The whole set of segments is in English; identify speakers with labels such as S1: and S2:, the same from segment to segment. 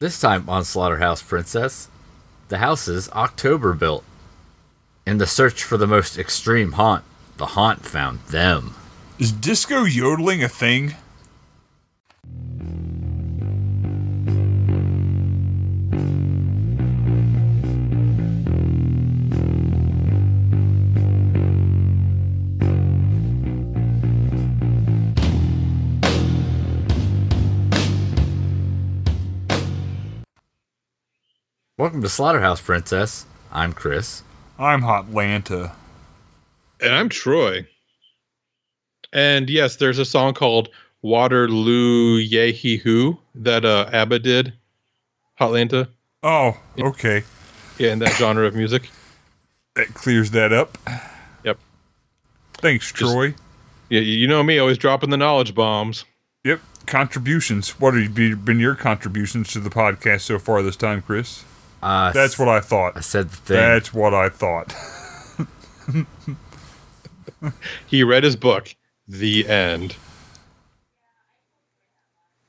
S1: This time on Slaughterhouse Princess, the houses October built. In the search for the most extreme haunt, the haunt found them.
S2: Is disco yodeling a thing?
S1: Welcome to Slaughterhouse Princess. I'm Chris.
S2: I'm Hotlanta.
S3: And I'm Troy. And yes, there's a song called Waterloo Yehee Hoo that uh, ABBA did. Hotlanta.
S2: Oh, okay.
S3: Yeah, in that genre of music.
S2: That clears that up.
S3: Yep.
S2: Thanks, Troy.
S3: Yeah, you you know me, always dropping the knowledge bombs.
S2: Yep. Contributions. What have be- been your contributions to the podcast so far this time, Chris?
S1: Uh,
S2: That's what I
S1: I
S2: thought.
S1: said the thing.
S2: That's what I thought.
S3: He read his book, The End.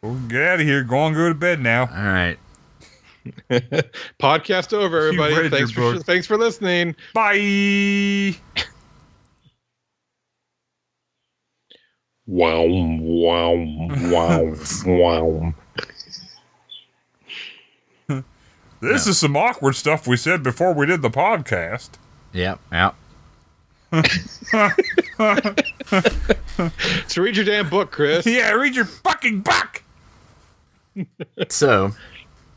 S2: Well, get out of here. Go on, go to bed now.
S1: All right.
S3: Podcast over,
S2: He
S3: everybody.
S2: read your
S3: Thanks for,
S2: book.
S3: thanks for listening.
S2: Bye.
S3: Wow, wow, wow, wow.
S2: This is some awkward stuff we said before we did the podcast.
S1: Yep. Yep.
S3: So read your damn book, Chris.
S2: Yeah, read your fucking book
S1: So,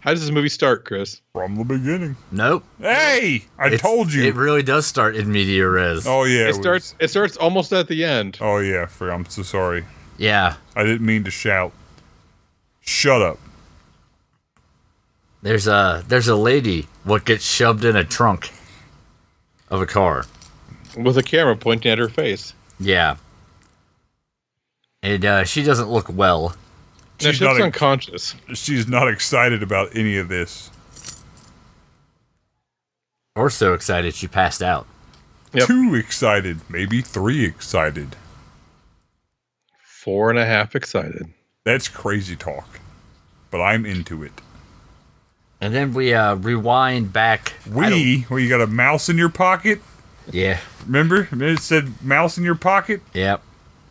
S3: How does this movie start, Chris?
S2: from the beginning.
S1: nope.
S2: Hey, I
S1: It's-
S2: told you.
S1: It really does start in media res.
S2: oh yeah,
S3: It
S2: was-
S3: starts it starts almost at the end.
S2: Oh yeah, for, I'm so sorry.
S1: Yeah.
S2: I didn't mean to shout. Shut up.
S1: There's a there's a lady what gets shoved in a trunk of a car.
S3: with a camera pointing at her face.
S1: Yeah. And uh, she doesn't look well.
S3: Now,
S2: She's
S3: she
S2: not
S3: looks
S2: a-
S3: unconscious.
S2: She's not excited about any of this.
S1: Or so excited she passed out.
S3: Yep.
S2: Too excited, maybe three excited.
S3: Four and a half excited.
S2: That's crazy talk, but I'm into it.
S1: And then we uh, rewind back. I don't-
S2: We, well, you got a mouse in your pocket.
S1: Yeah.
S2: Remember, it said mouse in your pocket.
S1: Yep.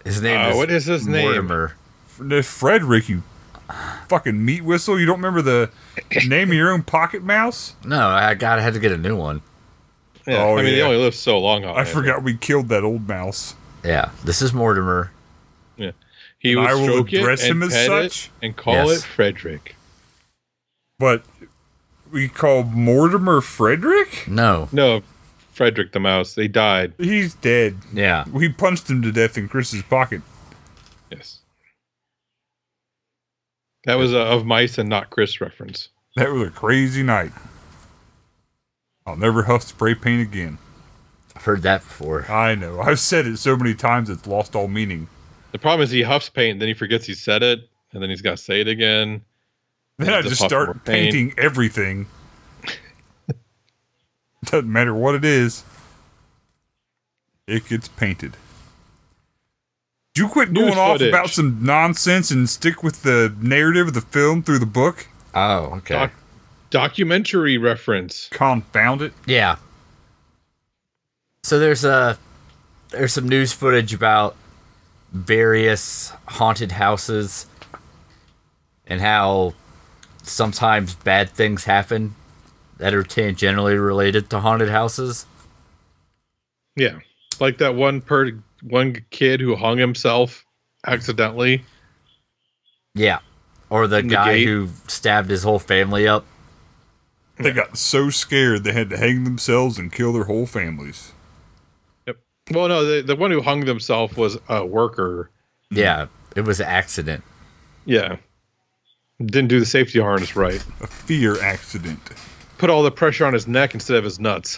S1: His name
S3: Uh,
S1: is
S3: what is his name?
S1: Mortimer.
S2: The uh, Frederick, you fucking meat whistle. You don't remember the name of your own pocket mouse?
S1: No, I got I had to get a new one.
S3: Yeah,
S2: Oh,
S3: I mean,
S2: yeah.
S3: they only live so long on
S2: I
S3: it.
S2: forgot we killed that old mouse.
S1: Yeah. This is Mortimer.
S3: Yeah. He
S2: And
S3: would
S2: I will
S3: stroke it
S2: address
S3: and
S2: him as
S3: pet it
S2: such.
S3: and call
S1: Yes.
S3: it Frederick.
S2: But we called Mortimer Frederick?
S1: No.
S3: No, Frederick the mouse. They died.
S2: He's dead.
S1: Yeah.
S2: We punched him to death in Chris's pocket.
S3: Yes. That was a of mice and not Chris reference.
S2: That was a crazy night. I'll never huff spray paint again.
S1: I've heard that before.
S2: I know. I've said it so many times it's lost all meaning.
S3: The problem is he huffs paint, and then he forgets he said it, and then he's got to say it again.
S2: Then I
S3: Just
S2: just
S3: huff
S2: start
S3: more paint.
S2: painting everything. Doesn't matter what it is. It gets painted. You quit
S3: New
S2: going off
S3: footage.
S2: about some nonsense and stick with the narrative of the film through the book.
S1: Oh, okay.
S3: Doc- documentary reference.
S2: Confound it.
S1: Yeah. So there's a there's some news footage about various haunted houses and how sometimes bad things happen that are tangentially related to haunted houses.
S3: Yeah, like that one per one kid who hung himself accidentally.
S1: Yeah. Or the
S3: In the
S1: guy
S3: gate.
S1: who stabbed his whole family up.
S2: They got so scared they had to hang themselves and kill their whole families.
S3: Yep. Well, no, the, the one who hung themselves was a worker.
S1: Yeah. It was an accident.
S3: Yeah. Didn't do the safety harness right.
S2: A fear accident.
S3: Put all the pressure on his neck instead of his nuts.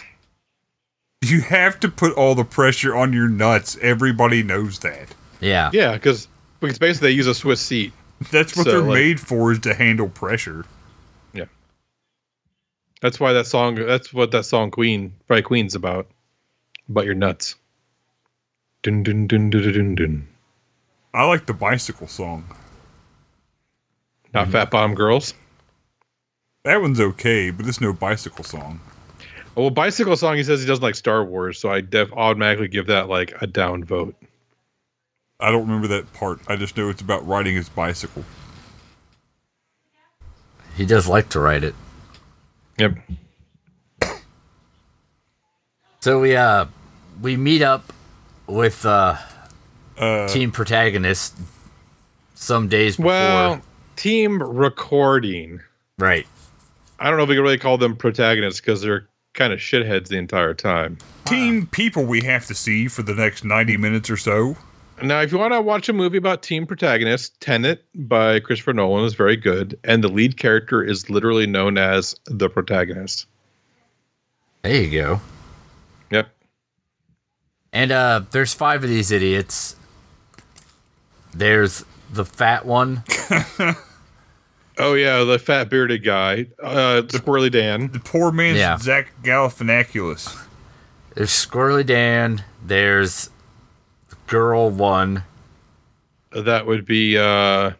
S2: You have to put all the pressure on your nuts. Everybody knows that.
S1: Yeah.
S3: Yeah, because because basically they use a Swiss seat.
S2: That's what
S3: So,
S2: they're
S3: like-
S2: made for is to handle pressure.
S3: Yeah. That's why that song. That's what that song Queen by Queen's about. About your nuts. Dun dun dun dun dun dun. dun.
S2: I like the bicycle song.
S3: Not fat bottom girls.
S2: That one's okay, but it's no bicycle song.
S3: Well, bicycle song. He says he doesn't like Star Wars, so I def- automatically give that like a down vote.
S2: I don't remember that part. I just know it's about riding his bicycle.
S3: Ah.
S1: He does like to ride it.
S3: Yep.
S1: So we uh we meet up with uh
S2: Uh,
S1: team protagonist some days before.
S3: Well, team recording.
S1: right.
S3: I don't know if we can really call them protagonists because they're kind of shitheads the entire time.
S2: team people we have to see for the next 90 minutes or so.
S3: Now, if you want to watch a movie about team protagonists, Tenet by Christopher Nolan is very good, and the lead character is literally known as the protagonist.
S1: There you go.
S3: Yep.
S1: And uh there's five of these idiots. There's the fat one.
S3: Oh yeah, the fat bearded guy, uh, Squirrely Dan.
S2: The poor man's
S1: Yeah.
S2: Zach Galifianakis.
S1: There's Squirrely Dan. There's the girl one.
S3: That would be. Uh,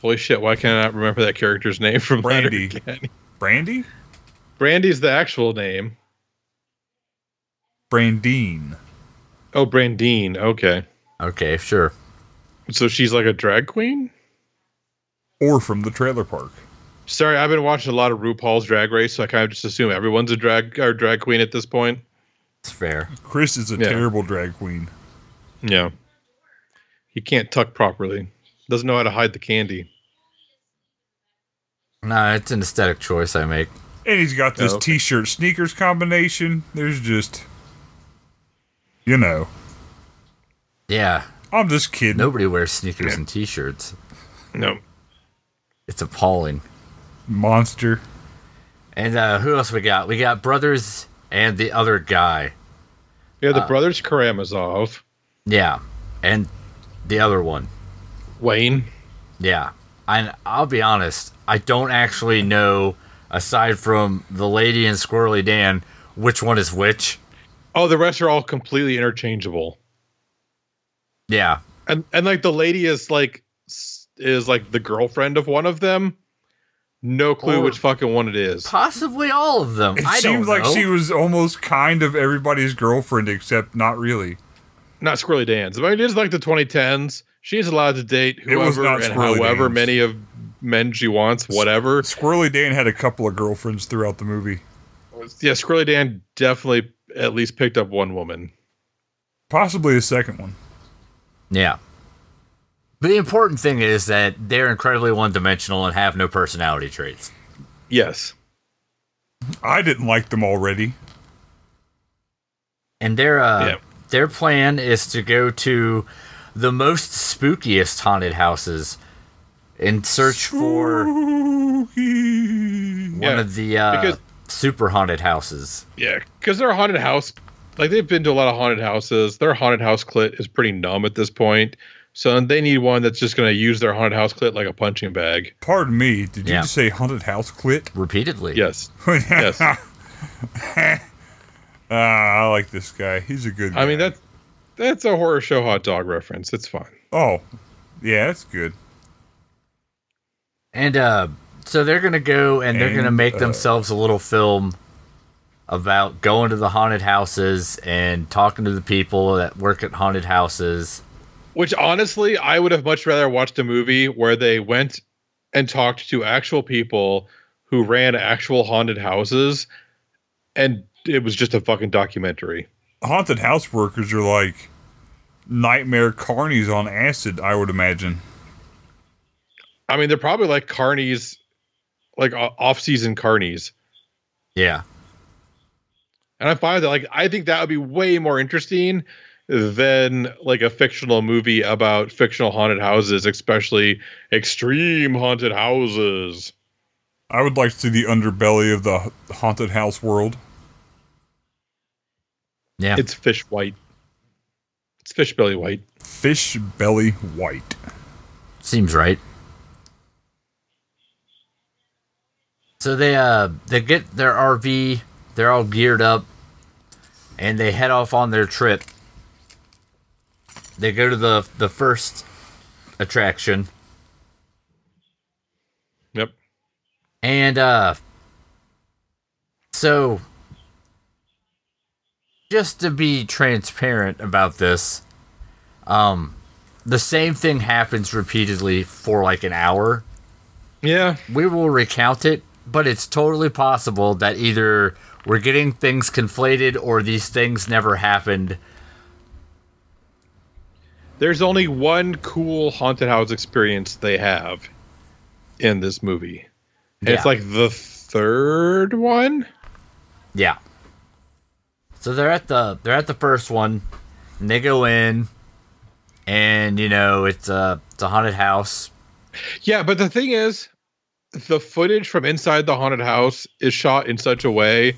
S3: holy shit! Why can I not remember that character's name from
S2: Brandy.
S3: Letterkenny?
S2: Brandy?
S3: Brandy's the actual name.
S2: Brandine.
S3: Oh, Brandine. Okay,
S1: Okay, sure.
S3: so she's like a drag queen.
S2: Or from the trailer park.
S3: Sorry, I've been watching a lot of RuPaul's Drag Race, so I kind of just assume everyone's a drag or drag queen at this point.
S1: It's fair.
S2: Chris is a
S3: Yeah.
S2: terrible drag queen.
S3: Yeah. He can't tuck properly. Doesn't know how to hide the candy.
S1: No, it's an aesthetic choice I make.
S2: And he's got this
S3: Oh, okay.
S2: t-shirt sneakers combination. There's just you know.
S1: Yeah.
S2: I'm just kidding.
S1: Nobody wears sneakers and t-shirts.
S3: No.
S1: It's appalling.
S2: Monster.
S1: And uh, who else we got? We got brothers and the other guy.
S3: Yeah, the brothers Karamazov,
S1: Yeah, and the other one.
S3: Wayne.
S1: Yeah, and I'll be honest, I don't actually know aside from the lady and Squirrely Dan which one is which.
S3: Oh, the rest are all completely interchangeable.
S1: Yeah,
S3: And and like the lady is like s- is like the girlfriend of one of them. No clue
S1: Or-
S3: which fucking one it is.
S1: possibly all of them.
S2: It
S1: I
S2: seems
S1: don't
S2: like
S1: know.
S2: she was almost kind of everybody's girlfriend, except not really.
S3: Not Squirrely Dan's. I mean, it is like the 2010s. She's allowed to date
S2: It was
S3: whoever
S2: not
S3: and
S2: Squirrely
S3: however
S2: Dan's.
S3: many of men she wants, whatever.
S2: Squirrely Dan had a couple of girlfriends throughout the movie.
S3: Yeah, Squirrely Dan definitely at least picked up one woman.
S2: Possibly a second one.
S1: yeah. But the important thing is that they're incredibly one-dimensional and have no personality traits.
S3: Yes.
S2: I didn't like them already.
S1: And their uh,
S3: Yeah.
S1: their plan is to go to the most spookiest haunted houses and search for
S2: Spooky.
S1: one
S3: Yeah,
S1: of the uh,
S3: because-
S1: super haunted houses.
S3: Yeah, because they're a haunted house. Like they've been to a lot of haunted houses. Their haunted house clit is pretty numb at this point. So they need one that's just going to use their haunted house clit like a punching bag.
S2: Pardon me, did you
S1: Yeah.
S2: just say haunted house clit?
S1: repeatedly.
S3: Yes.
S2: yes. ah, I like this guy. He's a good guy.
S3: I mean, that that's a horror show hot dog reference. It's fine.
S2: Oh, yeah, that's good.
S1: And uh, so they're going to go and, they're going to
S2: And,
S1: make
S2: uh,
S1: themselves a little film about going to the haunted houses and talking to the people that work at haunted houses.
S3: Which honestly, I would have much rather watched a movie where they went and talked to actual people who ran actual haunted houses and it was just a fucking documentary.
S2: Haunted house workers are like nightmare carnies on acid, I would imagine.
S3: I mean, they're probably like carnies, like o- off-season carnies.
S1: Yeah.
S3: And I find that like I think that would be way more interesting than like a fictional movie about fictional haunted houses, especially extreme haunted houses.
S2: I would like to see the underbelly of the haunted house world.
S1: Yeah.
S3: It's fish white. It's fish belly white.
S2: Fish belly white.
S1: Seems right. So they uh they get their RV, they're all geared up, and they head off on their trip. They go to the the first attraction,
S3: Yep.
S1: And uh so just to be transparent about this, um the same thing happens repeatedly for like an hour.
S3: Yeah.
S1: We will recount it, but it's totally possible that either we're getting things conflated or these things never happened.
S3: There's only one cool haunted house experience they have in this movie. And It's
S1: Yeah.
S3: like the third one.
S1: Yeah. So they're at the they're at the first one, and they go in, and you know it's a it's a haunted house.
S3: Yeah, but the thing is, the footage from inside the haunted house is shot in such a way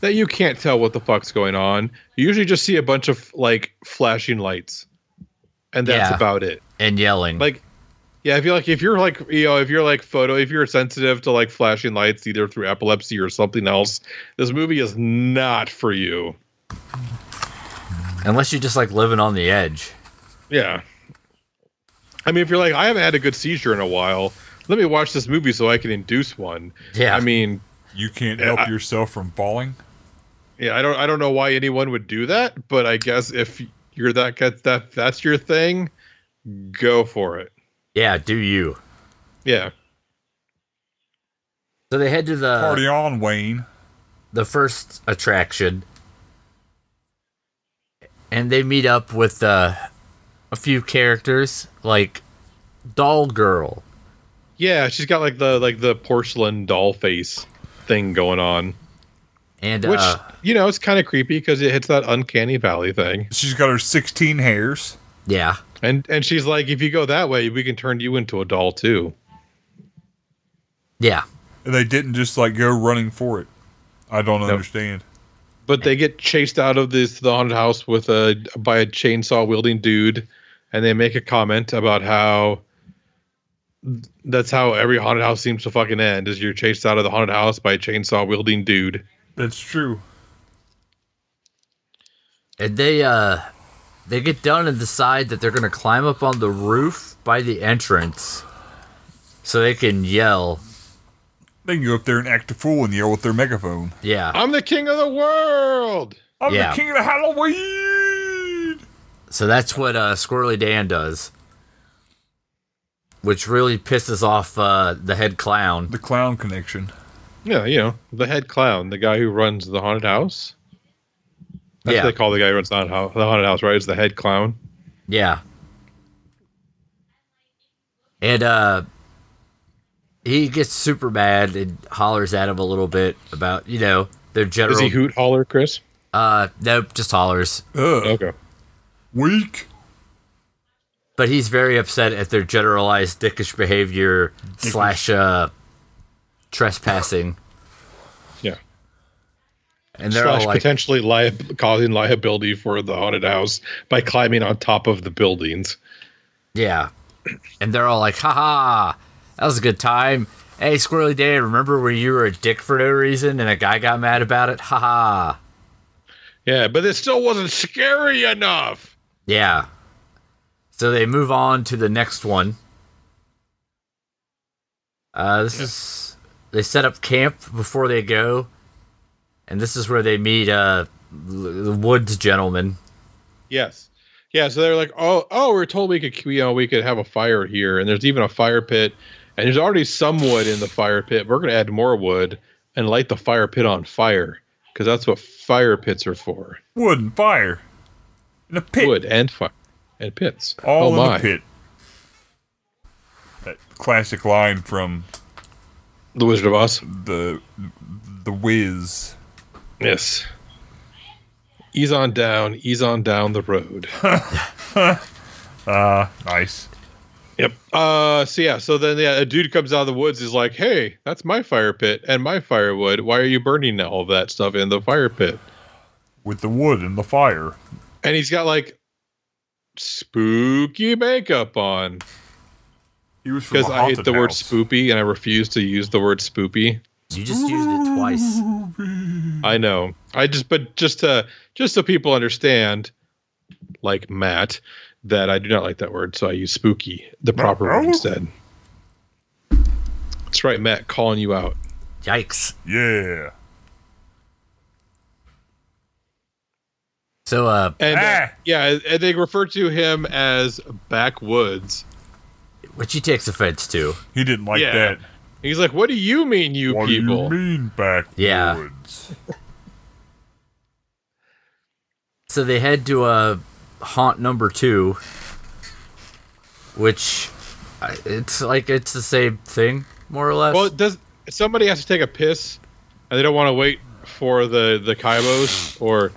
S3: that you can't tell what the fuck's going on. You usually just see a bunch of like flashing lights, and that's
S1: Yeah.
S3: about it.
S1: and yelling.
S3: Like, yeah, if you like, if you're like, you know, if you're like photo, if you're sensitive to like flashing lights, either through epilepsy or something else, this movie is not for you.
S1: unless you're just like living on the edge.
S3: Yeah. I mean, if you're like, I haven't had a good seizure in a while, let me watch this movie so I can induce one.
S1: Yeah.
S3: I mean,
S2: You can't
S3: Yeah,
S2: help
S3: I-
S2: yourself from falling.
S3: Yeah, I don't I don't know why anyone would do that, but I guess if you're that got that that's your thing, go for it.
S1: yeah, do you?
S3: Yeah.
S1: So they head to the
S2: Party on, Wayne.
S1: the first attraction, and they meet up with uh, a few characters like Doll Girl.
S3: Yeah, she's got like the like the porcelain doll face thing going on,
S1: And
S3: which
S1: uh,
S3: you know, it's kind of creepy because it hits that uncanny valley thing.
S2: She's got her 16 hairs.
S1: yeah,
S3: And and she's like if you go that way, we can turn you into a doll too.
S1: yeah,
S2: And they didn't just like go running for it. I don't understand.
S3: But they get chased out of this the haunted house with a by a chainsaw wielding dude, and they make a comment about how that's how every haunted house seems to fucking end is you're chased out of the haunted house by a chainsaw wielding dude.
S2: That's true.
S1: and they uh, they get done and decide that they're gonna climb up on the roof by the entrance, so they can yell.
S2: They can go up there and act a fool and yell with their megaphone.
S1: Yeah,
S3: I'm the king of the world.
S2: I'm
S1: Yeah.
S2: the king of the Halloween.
S1: So that's what uh, Squirrely Dan does, which really pisses off uh, the head clown.
S2: The clown connection.
S3: Yeah, you know the head clown, the guy who runs the haunted house. That's
S1: Yeah.
S3: what they call the guy who runs the haunted house. The haunted house, right? Is the head clown.
S1: Yeah, and uh, he gets super mad and hollers at him a little bit about you know their general.
S3: Is he hoot holler, Chris?
S1: uh, nope, just hollers.
S2: Ugh.
S3: Okay.
S2: Weak.
S1: But he's very upset at their generalized dickish behavior slash uh, trespassing,
S3: Yeah.
S1: and they're
S3: slash
S1: all like,
S3: potentially lia- causing liability for the haunted house by climbing on top of the buildings.
S1: Yeah. And they're all like, haha, that was a good time. Hey, Squirrely Dan, remember where you were a dick for no reason and a guy got mad about it? Haha.
S3: Yeah, but it still wasn't scary enough.
S1: Yeah. So they move on to the next one. Uh, this is. They set up camp before they go. And this is where they meet uh, l- the Woods gentleman.
S3: Yes. Yeah, so they're like, "Oh, oh, we we're told we could, you know, we could have a fire here and there's even a fire pit and there's already some wood in the fire pit. We're going to add more wood and light the fire pit on fire because that's what fire pits are for.
S2: Wood and fire. In a pit.
S3: Wood and fire and pits.
S2: All
S3: oh
S2: in
S3: my.
S2: the pit. That classic line from
S3: The Wizard of Oz.
S2: the the Wiz.
S3: Yes. Ease on down, ease on down the road.
S2: Uh, nice.
S3: Yep. Uh. So yeah. So then, yeah, a dude comes out of the woods. Is like, "Hey, that's my fire pit and my firewood. Why are you burning all that stuff in the fire pit?"
S2: With the wood and the fire.
S3: And he's got like spooky makeup on
S2: He was from
S3: because
S2: a
S3: I hate
S2: haunted
S3: the word
S2: house.
S3: spoopy and I refuse to use the word spoopy.
S1: You just used it twice.
S3: I know. I just, but just to just so people understand, like Matt, that I do not like that word, so I use spooky, the proper word instead. That's right, Matt, calling you out.
S1: Yikes.
S2: Yeah.
S1: So, uh,
S3: And uh,
S2: Ah.
S3: yeah, and they refer to him as backwoods.
S1: what she takes offense to.
S2: He didn't like
S3: Yeah.
S2: that.
S3: He's like, "What do you mean, you
S2: What
S3: people?"
S2: do you mean backwards?
S1: Yeah. So they head to uh, haunt number two, which I- it's like it's the same thing, more or less.
S3: Well, it does somebody has to take a piss, and they don't want to wait for the the kibos or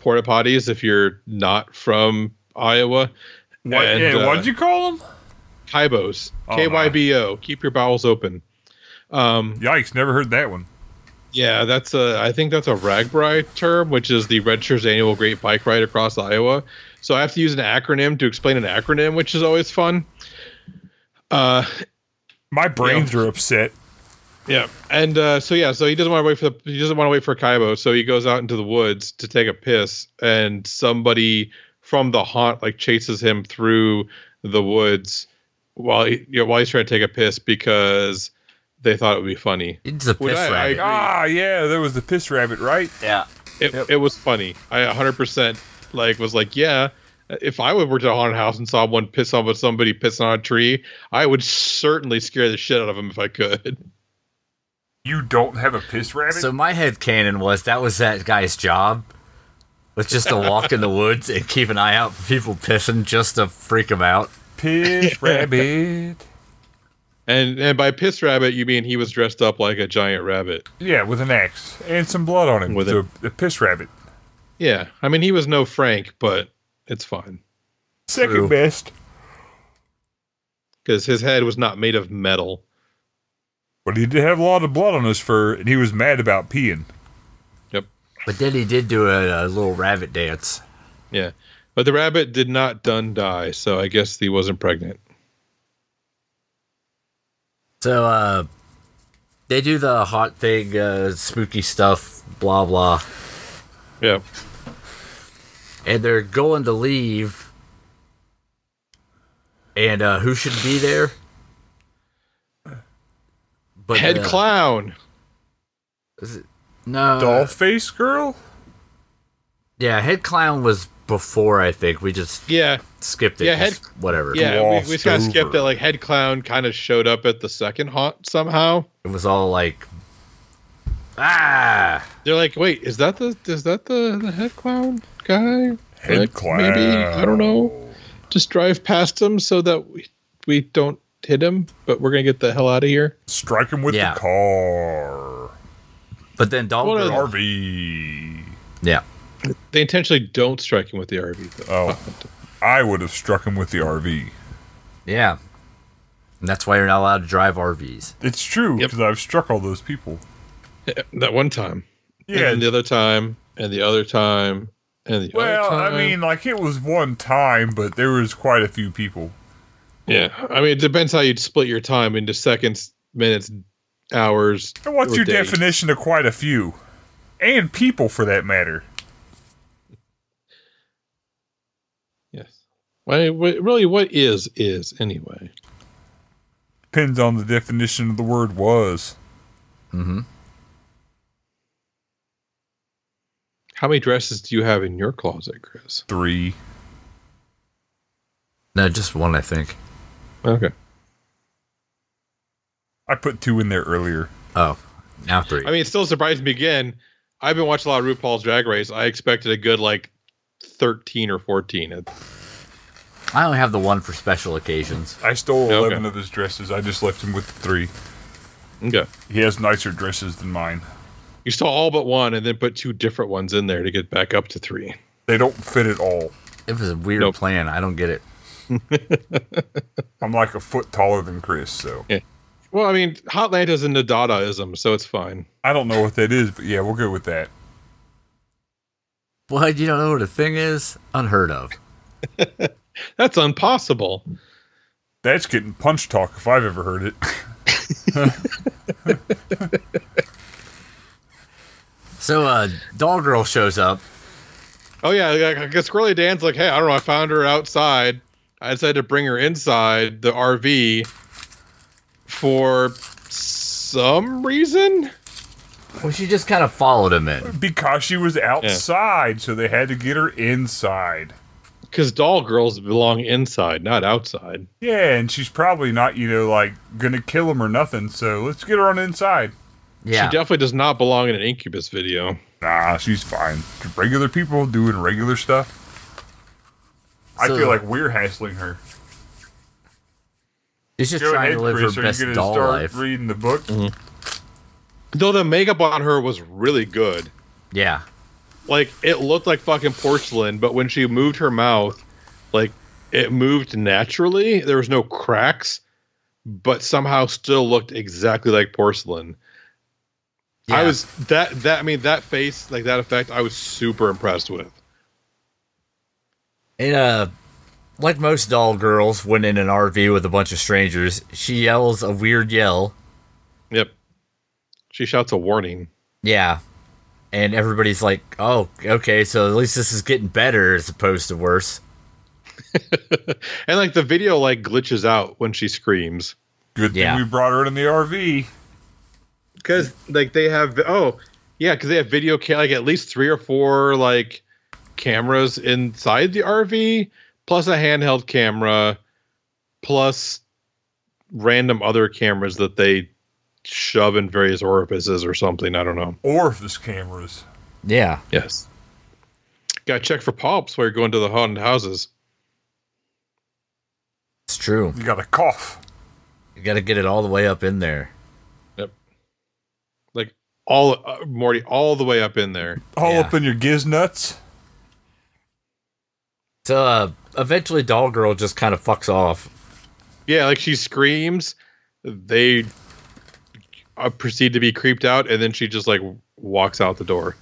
S3: porta potties if you're not from Iowa.
S2: What,
S3: And,
S2: yeah,
S3: uh,
S2: what'd you call him?
S3: Kibos,
S2: Oh,
S3: K Y B O. Keep your bowels open. Um,
S2: Yikes! Never heard that one.
S3: yeah, that's a. I think that's a ragbri term, which is the Red Shirt's annual Great Bike Ride across Iowa. So I have to use an acronym to explain an acronym, which is always fun. Uh,
S2: My brains are upset.
S3: Yeah, and uh, so yeah, so he doesn't want to wait for the he doesn't want to wait for Kaibo, so he goes out into the woods to take a piss, and somebody from the haunt like chases him through the woods while he, you know, while he's trying to take a piss because they thought it would be funny.
S1: it's a
S3: would
S1: piss
S3: I- I-
S1: rabbit.
S2: Ah, yeah, there was the piss rabbit, right?
S1: yeah.
S3: It
S2: Yep.
S3: it was funny. I 100 percent like was like yeah. If I would worked at a haunted house and saw one piss on with somebody pissing on a tree, I would certainly scare the shit out of him if I could.
S2: You don't have a piss rabbit?
S1: So my head canon was that was that guy's job. Was just to walk in the woods and keep an eye out for people pissing just to freak them out.
S2: piss rabbit.
S3: And and by piss rabbit, you mean he was dressed up like a giant rabbit.
S2: Yeah, with an axe and some blood on him.
S3: With
S2: With
S3: a-
S2: a, a piss rabbit.
S3: Yeah, I mean he was no Frank, but it's fine
S2: Second
S1: True.
S2: best.
S3: because his head was not made of metal.
S2: But he did have a lot of blood on his fur, and he was mad about peeing.
S1: But then he did do a, a little rabbit dance.
S3: Yeah, but the rabbit did not done die, so I guess he wasn't pregnant.
S1: So uh they do the hot thing, uh, spooky stuff, blah blah.
S3: Yeah,
S1: and they're going to leave. And uh, who should be there? But
S3: head
S1: uh,
S3: clown.
S1: No,
S2: Doll face girl?
S1: yeah, head clown was before. I think we just
S3: Yeah,
S1: skipped it.
S3: Yeah,
S1: just
S3: head-
S1: whatever.
S3: yeah. We, we just kind of
S2: Glossed
S3: skipped
S2: over.
S3: that. Like head clown kind of showed up at the second haunt somehow.
S1: it was all like, ah,
S3: They're like, wait, is that the is that the the head clown guy?
S2: Head
S3: Like,
S2: clown.
S3: Maybe I don't know. Just drive past him so that we we don't hit him, but we're gonna get the hell out of here.
S2: Strike him with
S1: Yeah.
S2: the car.
S1: but then doll
S3: What a-
S1: girl.
S2: RV.
S1: yeah,
S3: They intentionally don't strike him with the RV though.
S2: Oh, I would have struck him with the RV.
S1: yeah, and that's why you're not allowed to drive RVs.
S2: It's true
S3: Yep.
S2: because I've struck all those people.
S3: That one time. And
S2: Yeah.
S3: then the other time, and the other time, and the
S2: well,
S3: other time.
S2: I mean, like it was one time, but there was quite a few people.
S3: yeah. I mean, it depends how you split your time into seconds, minutes, hours.
S2: And what's
S3: or
S2: your
S3: days.
S2: definition of quite a few? And people, for that matter.
S3: Yes. Well, wh- really, what is is anyway?
S2: Depends on the definition of the word was.
S1: Mm-hmm.
S3: How many dresses do you have in your closet, Chris?
S2: Three.
S1: No, just one, I think.
S3: Okay.
S2: I put two in there earlier.
S1: Oh, now three.
S3: I mean, it still surprised me again. I've been watching a lot of RuPaul's Drag Race. I expected a good like thirteen or fourteen. It-
S1: I only have the one for special occasions.
S2: I stole
S3: Okay.
S2: 11 of his dresses. I just left him with the three.
S3: Okay.
S2: He has nicer dresses than mine.
S3: You saw all but one, and then put two different ones in there to get back up to three.
S2: They don't fit at all.
S1: It was a weird
S3: Nope.
S1: plan. I don't get it.
S2: I'm like a foot taller than Chris, so.
S3: Well, I mean, Hotlanta's into Dadaism, so it's fine.
S2: I don't know what that is, but yeah, we'll go with that.
S1: What? You don't know what a thing is? Unheard of.
S3: That's impossible.
S2: That's getting punch talk if I've ever heard it.
S1: So, uh, Doll Girl shows up.
S3: Oh yeah, like, I guess Squirrely Dan's like, hey, I don't know, I found her outside. I decided to bring her inside the RV for some reason.
S1: Well, she just kind of followed him in.
S2: because she was outside, so they had to get her inside.
S3: Because doll girls belong inside, not outside.
S2: Yeah, and she's probably not, you know, like gonna kill him or nothing. So let's get her on the inside.
S1: Yeah.
S3: She definitely does not belong in an incubus video.
S2: Nah, she's fine. Just regular people doing regular stuff. I
S1: So-
S2: feel like we're hassling her.
S1: She's just
S2: Go
S1: trying
S2: ahead,
S1: to live
S2: Chris.
S1: her
S2: Are you
S1: best
S2: gonna
S1: doll
S2: start
S1: life. Mm-hmm.
S2: reading the book?
S3: Though the makeup on her was really good.
S1: yeah.
S3: Like it looked like fucking porcelain, but when she moved her mouth, like it moved naturally. There was no cracks, but somehow still looked exactly like porcelain.
S1: yeah.
S3: I was that that I mean that face, like that effect, I was super impressed with.
S1: in a uh, like most doll girls when in an RV with a bunch of strangers, she yells a weird yell.
S3: Yep. She shouts a warning.
S1: Yeah. And everybody's like, "Oh, okay, so at least this is getting better as opposed to worse."
S3: And like the video like glitches out when she screams.
S2: Good thing
S1: Yeah.
S2: we brought her in the RV.
S3: because like they have oh yeah because they have video ca- like at least three or four like cameras inside the rv plus a handheld camera plus random other cameras that they shove in various orifices or something i don't know
S2: Orifice cameras.
S1: Yeah.
S3: yes gotta check for pops while you're going to the haunted houses
S1: It's true.
S2: You got a cough.
S1: You got to get it all the way up in there.
S3: all uh, morty all the way up in there
S2: All
S1: Yeah.
S2: up in your giz nuts.
S1: So uh, eventually doll girl just kind of fucks off.
S3: Yeah, like she screams, they uh, proceed to be creeped out, and then she just like walks out the door.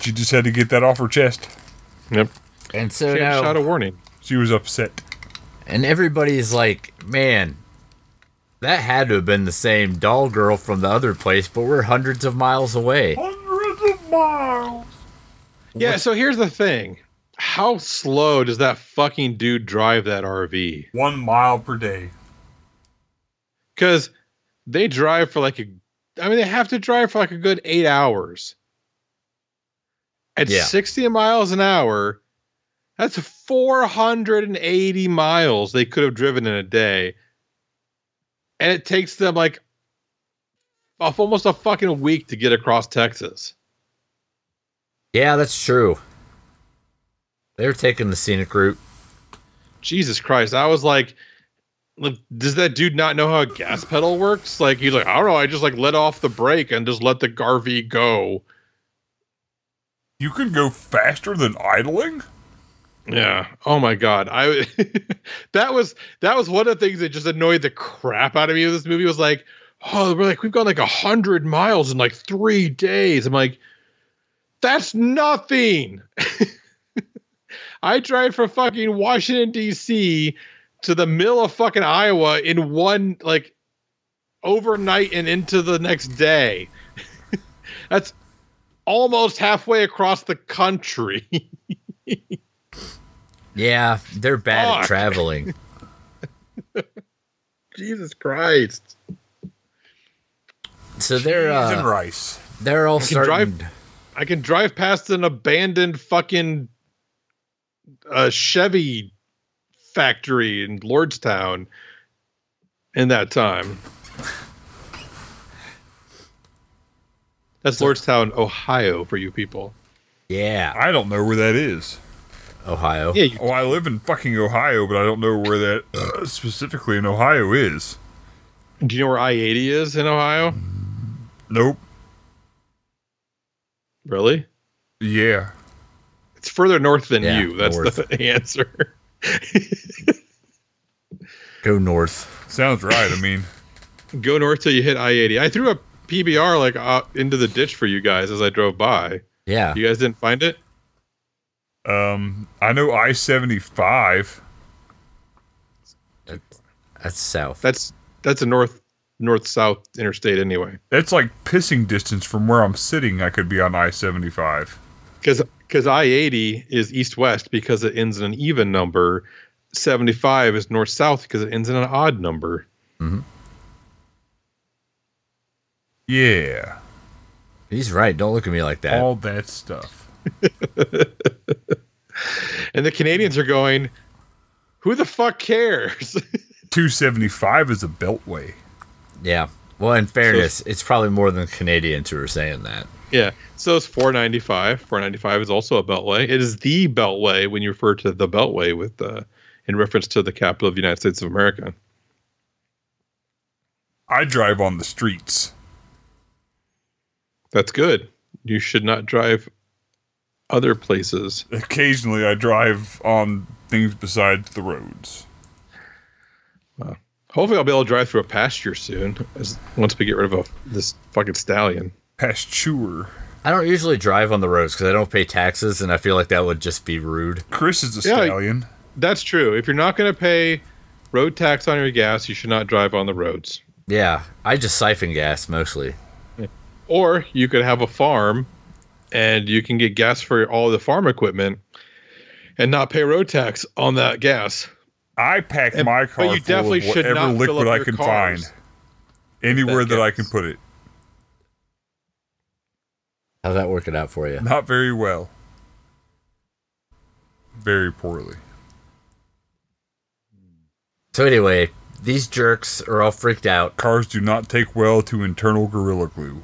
S2: She just had to get that off her chest.
S3: Yep.
S1: And so
S3: She had
S1: now
S3: shot a warning.
S2: She was upset.
S1: And everybody's like, man, that had to have been the same doll girl from the other place, but we're hundreds of miles away.
S2: Hundreds of miles.
S3: Yeah, so here's the thing. How slow does that fucking dude drive that RV?
S2: One mile per day.
S3: Because they drive for like a, I mean, they have to drive for like a good eight hours. At
S1: Yeah.
S3: 60 miles an hour, that's 480 miles they could have driven in a day. And it takes them like off almost a fucking week to get across Texas.
S1: Yeah, that's true. They're taking the scenic route.
S3: Jesus Christ. I was like, like, does that dude not know how a gas pedal works? Like, he's like, I don't know. I just like let off the brake and just let the RV go.
S2: You can go faster than idling?
S3: Yeah. Oh my god. I that was that was one of the things that just annoyed the crap out of me. of This movie was like, oh, we're like we've gone like a hundred miles in like three days. I'm like, that's nothing. I drive from fucking Washington D.C. to the middle of fucking Iowa in one like overnight and into the next day. that's almost halfway across the country.
S1: Yeah, they're bad at
S3: Fuck.
S1: traveling.
S3: Jesus Christ.
S1: So they're
S2: Cheese and
S1: uh,
S2: rice.
S1: they're all
S3: can drive-
S1: starting.
S3: I can drive past an abandoned fucking uh, Chevy factory in Lordstown in that time. That's Lordstown, Ohio, for you people.
S1: Yeah,
S2: I don't know where that is.
S1: Ohio.
S3: Yeah, you,
S2: Oh, I live in fucking Ohio, but I don't know where that uh, specifically in Ohio is.
S3: do you know where I eighty is in Ohio?
S2: Nope.
S3: Really?
S2: Yeah.
S3: It's further north than
S1: Yeah,
S3: you. That's
S1: north.
S3: the answer.
S1: Go north.
S2: Sounds right. I mean,
S3: Go north till you hit I eighty. I threw a PBR like uh, into the ditch for you guys as I drove by.
S1: Yeah,
S3: You guys didn't find it?
S2: um, I know I 75.
S1: that's south.
S3: that's that's a north north south interstate anyway
S2: That's like pissing distance from where I'm sitting. I could be on I 75.
S3: because because i-80 is east west because it ends in an even number 75 is north south because it ends in an odd number
S2: Yeah.
S1: He's right. Don't look at me like
S3: Oh.
S1: that.
S2: All that stuff.
S3: And the Canadians are going, who the fuck cares?
S2: 275 is a beltway.
S1: Yeah. Well, in fairness, it's probably more than Canadians who are saying that.
S3: yeah. So it's 495. 495 is also a beltway. It is the beltway when you refer to the beltway with uh, in reference to the capital of the United States of America.
S2: I drive on the streets.
S3: That's good. You should not drive other places.
S2: Occasionally, I drive on things besides the roads.
S3: Hopefully, I'll be able to drive through a pasture soon. As, once we get rid of a, this fucking stallion.
S2: Pasture.
S1: I don't usually drive on the roads because I don't pay taxes, and I feel like that would just be rude.
S2: Chris is a
S3: Yeah, I-
S2: stallion.
S3: That's true. If you're not going to pay road tax on your gas, you should not drive on the roads.
S1: Yeah, I just siphon gas mostly.
S3: Or you could have a farm and you can get gas for all the farm equipment and not pay road tax on that gas.
S2: I pack
S3: And-
S2: my
S3: but
S2: car
S3: you
S2: full
S3: definitely
S2: of
S3: should
S2: whatever
S3: not fill
S2: liquid
S3: up
S2: I
S3: your
S2: can
S3: cars
S2: find. Anywhere that, I
S3: gas.
S2: can put it.
S1: How's that working out for you?
S2: Not very well. Very poorly.
S1: So anyway, these jerks are all freaked out.
S2: Cars do not take well to internal gorilla glue.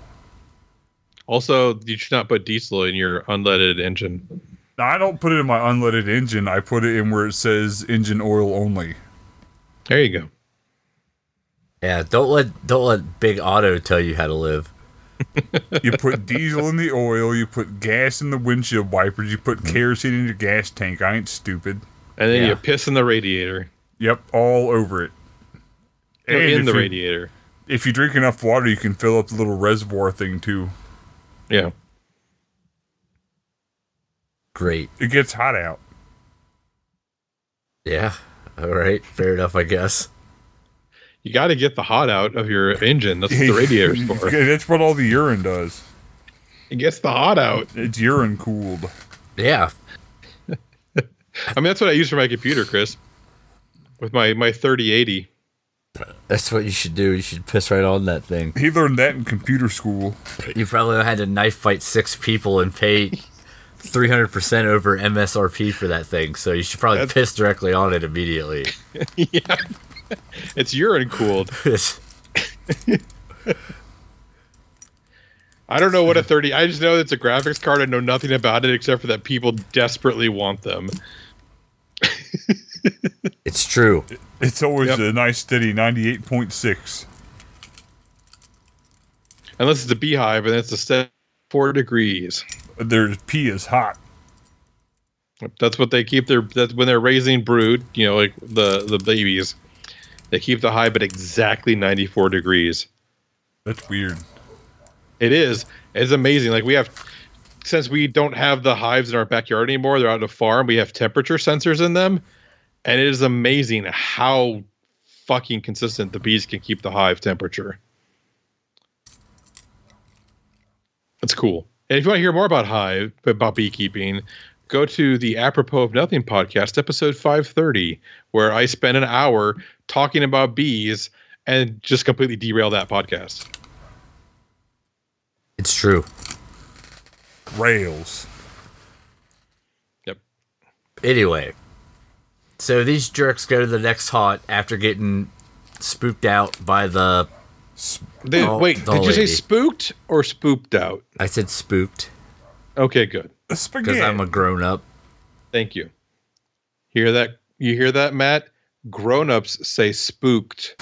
S3: Also, you should not put diesel in your unleaded engine.
S2: Now, I don't put it in my unleaded engine. I put it in where it says engine oil only.
S3: There you go.
S1: Yeah, don't let don't let Big Auto tell you how to live.
S2: You put diesel in the oil. You put gas in the windshield wipers. You
S3: Hmm.
S2: put kerosene in your gas tank. I ain't stupid.
S3: And then
S1: Yeah.
S3: you piss in the radiator.
S2: Yep, all over it.
S3: No,
S2: And
S3: in
S2: if
S3: the
S2: you-
S3: radiator.
S2: If you drink enough water, you can fill up the little reservoir thing too.
S3: Yeah.
S1: Great.
S2: It gets hot out.
S1: Yeah. All right. Fair enough, I guess.
S3: You got to get the hot out of your engine. That's what the radiator's for.
S2: Okay, That's what all the urine does.
S3: It gets the hot out.
S2: It's urine cooled.
S1: Yeah.
S3: I mean, that's what I use for my computer, Chris, with my my 3080.
S1: That's what you should do. You should piss right on that thing.
S2: He learned that in computer school.
S1: You probably had to knife fight six people and pay 300% over MSRP for that thing. So you should probably
S3: That's-
S1: piss directly on it immediately.
S3: It's urine cooled.
S1: It's-
S3: I don't know what a 30. I just know it's a graphics card. I know nothing about it except for that people desperately want them.
S1: it's true.
S2: It's always
S3: Yep.
S2: a nice steady 98.6.
S3: Unless it's a beehive and it's a set four degrees.
S2: There's pee is hot.
S3: That's what they keep their. That's when they're raising brood. You know, like the the babies. They keep the hive at exactly 94 degrees.
S2: That's weird.
S3: It is. It's amazing. Like we have, since we don't have the hives in our backyard anymore, they're out at a farm. We have temperature sensors in them, and it is amazing how fucking consistent the bees can keep the hive temperature. That's cool. And if you want to hear more about hive about beekeeping, go to the Apropos of Nothing podcast, episode 530, where I spent an hour talking about bees and just completely derail that podcast.
S1: It's true.
S2: Rails.
S3: Yep.
S1: Anyway, so these jerks go to the next haunt after getting spooked out by the.
S3: They,
S1: Doll-
S3: wait,
S1: doll
S3: did you
S1: lady.
S3: say spooked or spooked out?
S1: I said spooked
S3: Okay, good.
S1: because
S2: Spaghetti.
S1: I'm a grown up.
S3: Thank you. Hear that? You hear that, Matt? Grown-ups say spooked.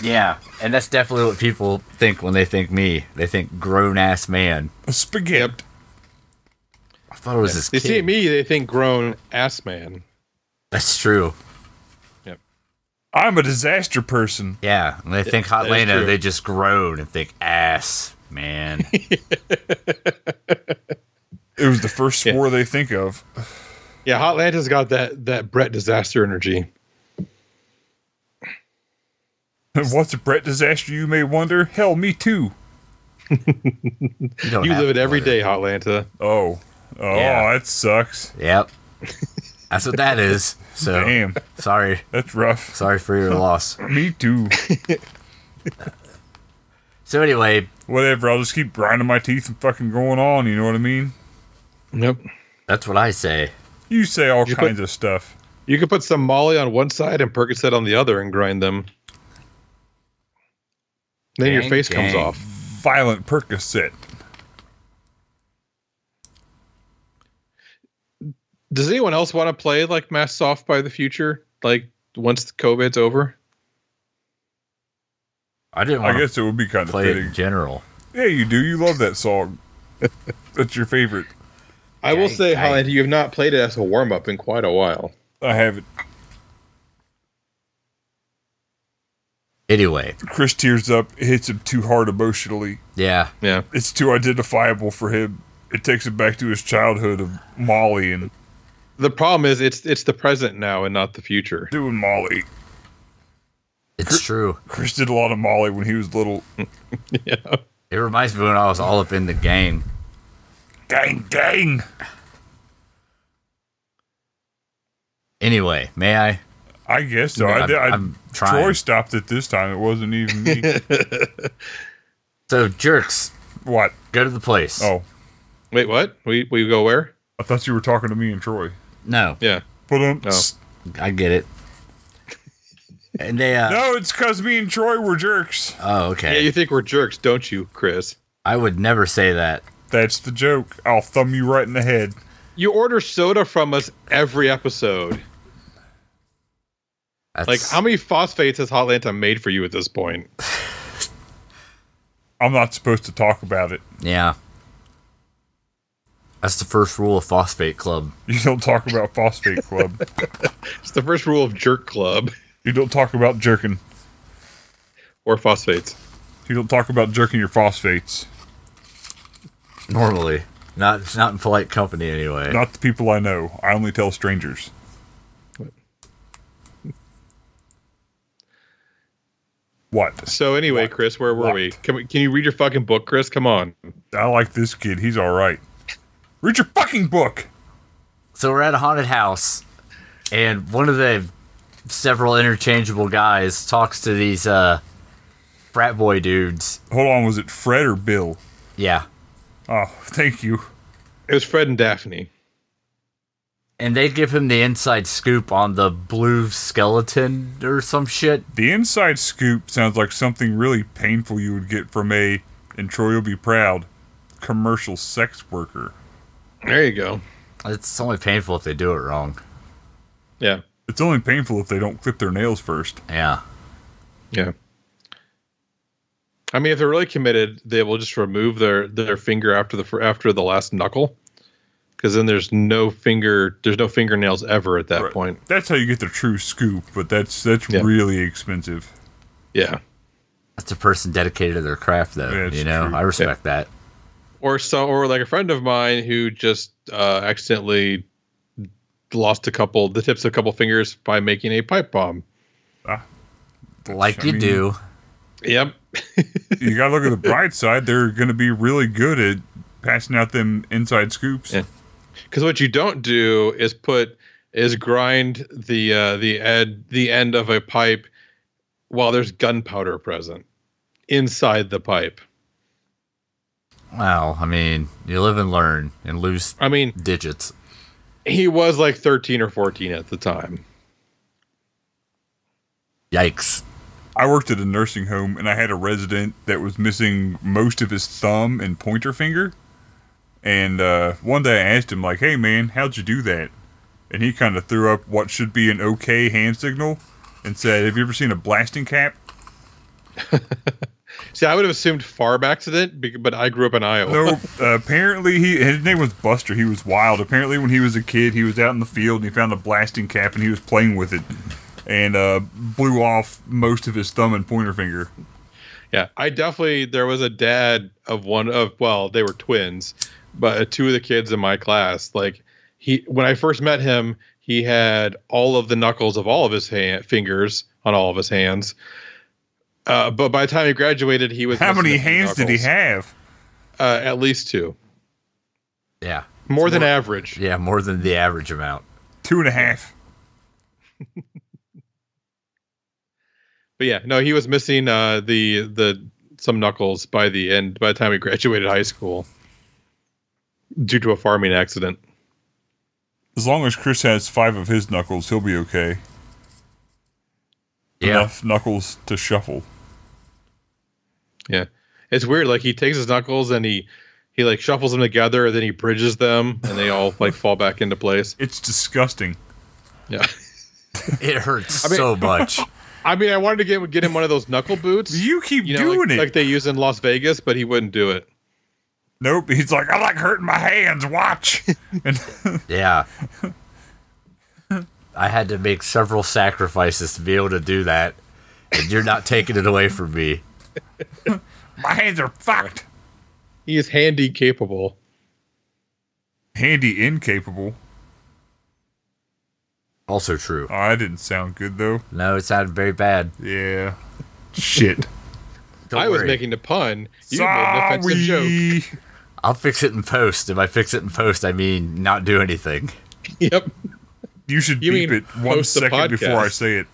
S1: Yeah. And that's definitely what people think when they think me. They think grown ass man.
S2: spaghetti.
S3: Yep.
S1: I thought it was this
S3: They see
S1: kid.
S3: me, they think grown ass man.
S1: That's true.
S2: I'm a disaster person.
S1: Yeah, when they think Hot
S3: that is
S1: Lano,
S3: true.
S1: they just groan and think ass, man.
S2: It was the first
S3: Yeah.
S2: swore they think of.
S3: Yeah, Hotlanta's got that that Brett disaster energy.
S2: What's a Brett disaster, you may wonder? Hell, me too.
S1: don't
S3: You
S1: have
S3: live it
S1: to
S3: every
S1: wonder.
S3: day, Hotlanta.
S2: Oh. Oh,
S1: Yeah.
S2: that sucks.
S1: Yep. That's what that is. So
S2: Damn.
S1: sorry.
S2: That's rough.
S1: Sorry for your loss.
S2: Me too.
S1: So anyway,
S2: Whatever. I'll just keep grinding my teeth and fucking going on. You know what I mean?
S3: Nope.
S1: that's what I say.
S2: You say all
S3: You put-
S2: kinds of stuff.
S3: You could put some Molly on one side and Percocet on the other and grind them. Then your
S1: Gang,
S3: face comes
S1: gang.
S3: off.
S2: Violent Percocet.
S3: Does anyone else want to play like Mass Soft by the future? Like once COVID's over?
S1: I didn't
S2: I
S1: want
S2: guess it would be
S1: to
S2: kind of
S1: Uh-huh. play it
S2: fitting.
S1: in general.
S2: Yeah, you do. You love that song. That's your favorite.
S3: I will
S1: Gang,
S3: say,
S1: gang.
S3: Holland, you have not played it as a warm up in quite a while.
S2: I have it.
S1: Anyway,
S2: Chris tears up. It hits him too hard emotionally.
S1: yeah,
S3: Yeah.
S2: It's too identifiable for him. It takes him back to his childhood of Molly and
S3: The problem is it's it's the present now and not the future.
S2: doing Molly.
S1: it's true.
S2: Chris did a lot of Molly when he was little.
S3: yeah.
S1: It reminds me when I was all up in the gang.
S2: Gang, gang.
S1: Anyway, may I?
S2: I guess so. I,
S1: I'm-
S2: did- I,
S1: I'm trying.
S2: Troy stopped it this time. It wasn't even me.
S1: So jerks,
S2: what?
S1: go to the place.
S2: Oh,
S3: Wait, what? We we go where?
S2: I thought you were talking to me and Troy.
S1: no,
S3: Yeah.
S2: But um,
S3: Oh.
S1: I get it. And they, uh,
S2: no, it's because me and Troy were jerks.
S1: oh,
S3: Yeah,
S1: okay.
S3: you think we're jerks, don't you, Chris?
S1: I would never say that.
S2: That's the joke. I'll thumb you right in the head.
S3: You order soda from us every episode.
S1: That's,
S3: Like, how many phosphates has Hot Lanta made for you at this point?
S2: I'm not supposed to talk about it.
S1: yeah. That's the first rule of Phosphate Club.
S2: You don't talk about phosphate club.
S3: It's the first rule of Jerk Club
S2: You don't talk about jerking.
S3: or phosphates.
S2: You don't talk about jerking your phosphates.
S1: Normally, not it's not in polite company anyway.
S2: Not the people I know. I only tell strangers. What?
S3: So anyway,
S2: Locked.
S3: Chris, where were we?
S2: Locked.
S3: Can we? Can you read your fucking book, Chris? Come on.
S2: I like this kid. He's all right. Read your fucking book.
S1: So we're at a haunted house, and one of the several interchangeable guys talks to these uh, frat boy dudes.
S2: Hold on. Was it Fred or Bill?
S1: Yeah,
S2: Oh, thank you.
S3: It was Fred and Daphne.
S1: and they give him the inside scoop on the blue skeleton or some shit.
S2: The inside scoop sounds like something really painful you would get from a, and Troy will be proud, commercial sex worker.
S3: There you go.
S1: It's only painful if they do it wrong.
S3: Yeah,
S2: It's only painful if they don't clip their nails first.
S1: Yeah,
S3: yeah. I mean, if they're really committed, they will just remove their their finger after the fir- after the last knuckle, because then there's no finger, there's no fingernails ever at that
S2: Right.
S3: point.
S2: That's how you get the true scoop, but that's that's
S3: Yeah.
S2: really expensive.
S3: Yeah.
S1: that's a person dedicated to their craft, though.
S2: Yeah, it's
S1: you know,
S2: true.
S1: I respect that.
S3: Or so, or like a friend of mine who just uh, accidentally lost a couple, the tips of a couple fingers by making a pipe bomb.
S1: Like
S2: I
S1: you
S2: mean-
S1: do.
S3: Yep.
S2: You gotta look at the bright side. They're gonna be really good at passing out them inside scoops.
S3: Yeah. Because what you don't do is put is grind the uh, the ed, the end of a pipe while there's gunpowder present inside the pipe.
S1: Wow, I mean, you live and learn and lose
S3: I mean,
S1: digits.
S3: he was like 13 or 14 at the time.
S1: Yikes.
S2: I worked at a nursing home and I had a resident that was missing most of his thumb and pointer finger. And uh, one day I asked him, like, hey man, how'd you do that? And he kind of threw up what should be an okay hand signal and said, have you ever seen a blasting cap?
S3: See, I would have assumed farb accident, bec- but I grew up in Iowa.
S2: No, apparently he his name was Buster. He was wild. Apparently when he was a kid, he was out in the field and he found a blasting cap and he was playing with it and uh, blew off most of his thumb and pointer finger.
S3: Yeah, I definitely there was a dad of one of well, they were twins, but uh, two of the kids in my class. Like he, when I first met him, he had all of the knuckles of all of his hand, fingers on all of his hands. Uh, but by the time he graduated, he was
S2: How
S3: missing
S2: many
S3: a few
S2: hands did he
S3: knuckles.
S2: have?
S3: Uh, at least two,
S1: Yeah.
S3: more than average.
S1: Yeah, more than the average amount.
S2: Two and a half.
S3: But yeah, no, he was missing uh, the the some knuckles by the end by the time we graduated high school due to a farming accident.
S2: As long as Chris has five of his knuckles, he'll be okay.
S1: Yeah.
S2: Enough knuckles to shuffle.
S3: Yeah. It's weird. Like he takes his knuckles and he he like shuffles them together, then he bridges them, and they all like fall back into place.
S2: It's disgusting.
S3: Yeah.
S1: It hurts
S3: I mean-
S1: so much.
S3: I mean, I wanted to get get him one of those knuckle boots.
S2: You keep
S3: you know,
S2: doing
S3: like,
S2: it.
S3: like they use in Las Vegas, but he wouldn't do it.
S2: nope. He's like, I like hurting my hands. Watch. and
S1: Yeah. I had to make several sacrifices to be able to do that, and you're not taking it away from me.
S2: my hands are fucked.
S3: He is handy capable.
S2: Handy incapable.
S1: Also true.
S2: Oh, that didn't sound good though.
S1: No, it sounded very bad.
S2: Yeah. Shit.
S1: Don't
S3: I was
S1: worry.
S3: making a pun. You made an offensive joke.
S2: Sorry.
S1: I'll fix it in post. If I fix it in post, I mean not do anything.
S3: Yep.
S2: You should
S3: You
S2: beep
S3: mean
S2: it one
S3: post the
S2: second before I
S3: podcast.
S2: say it.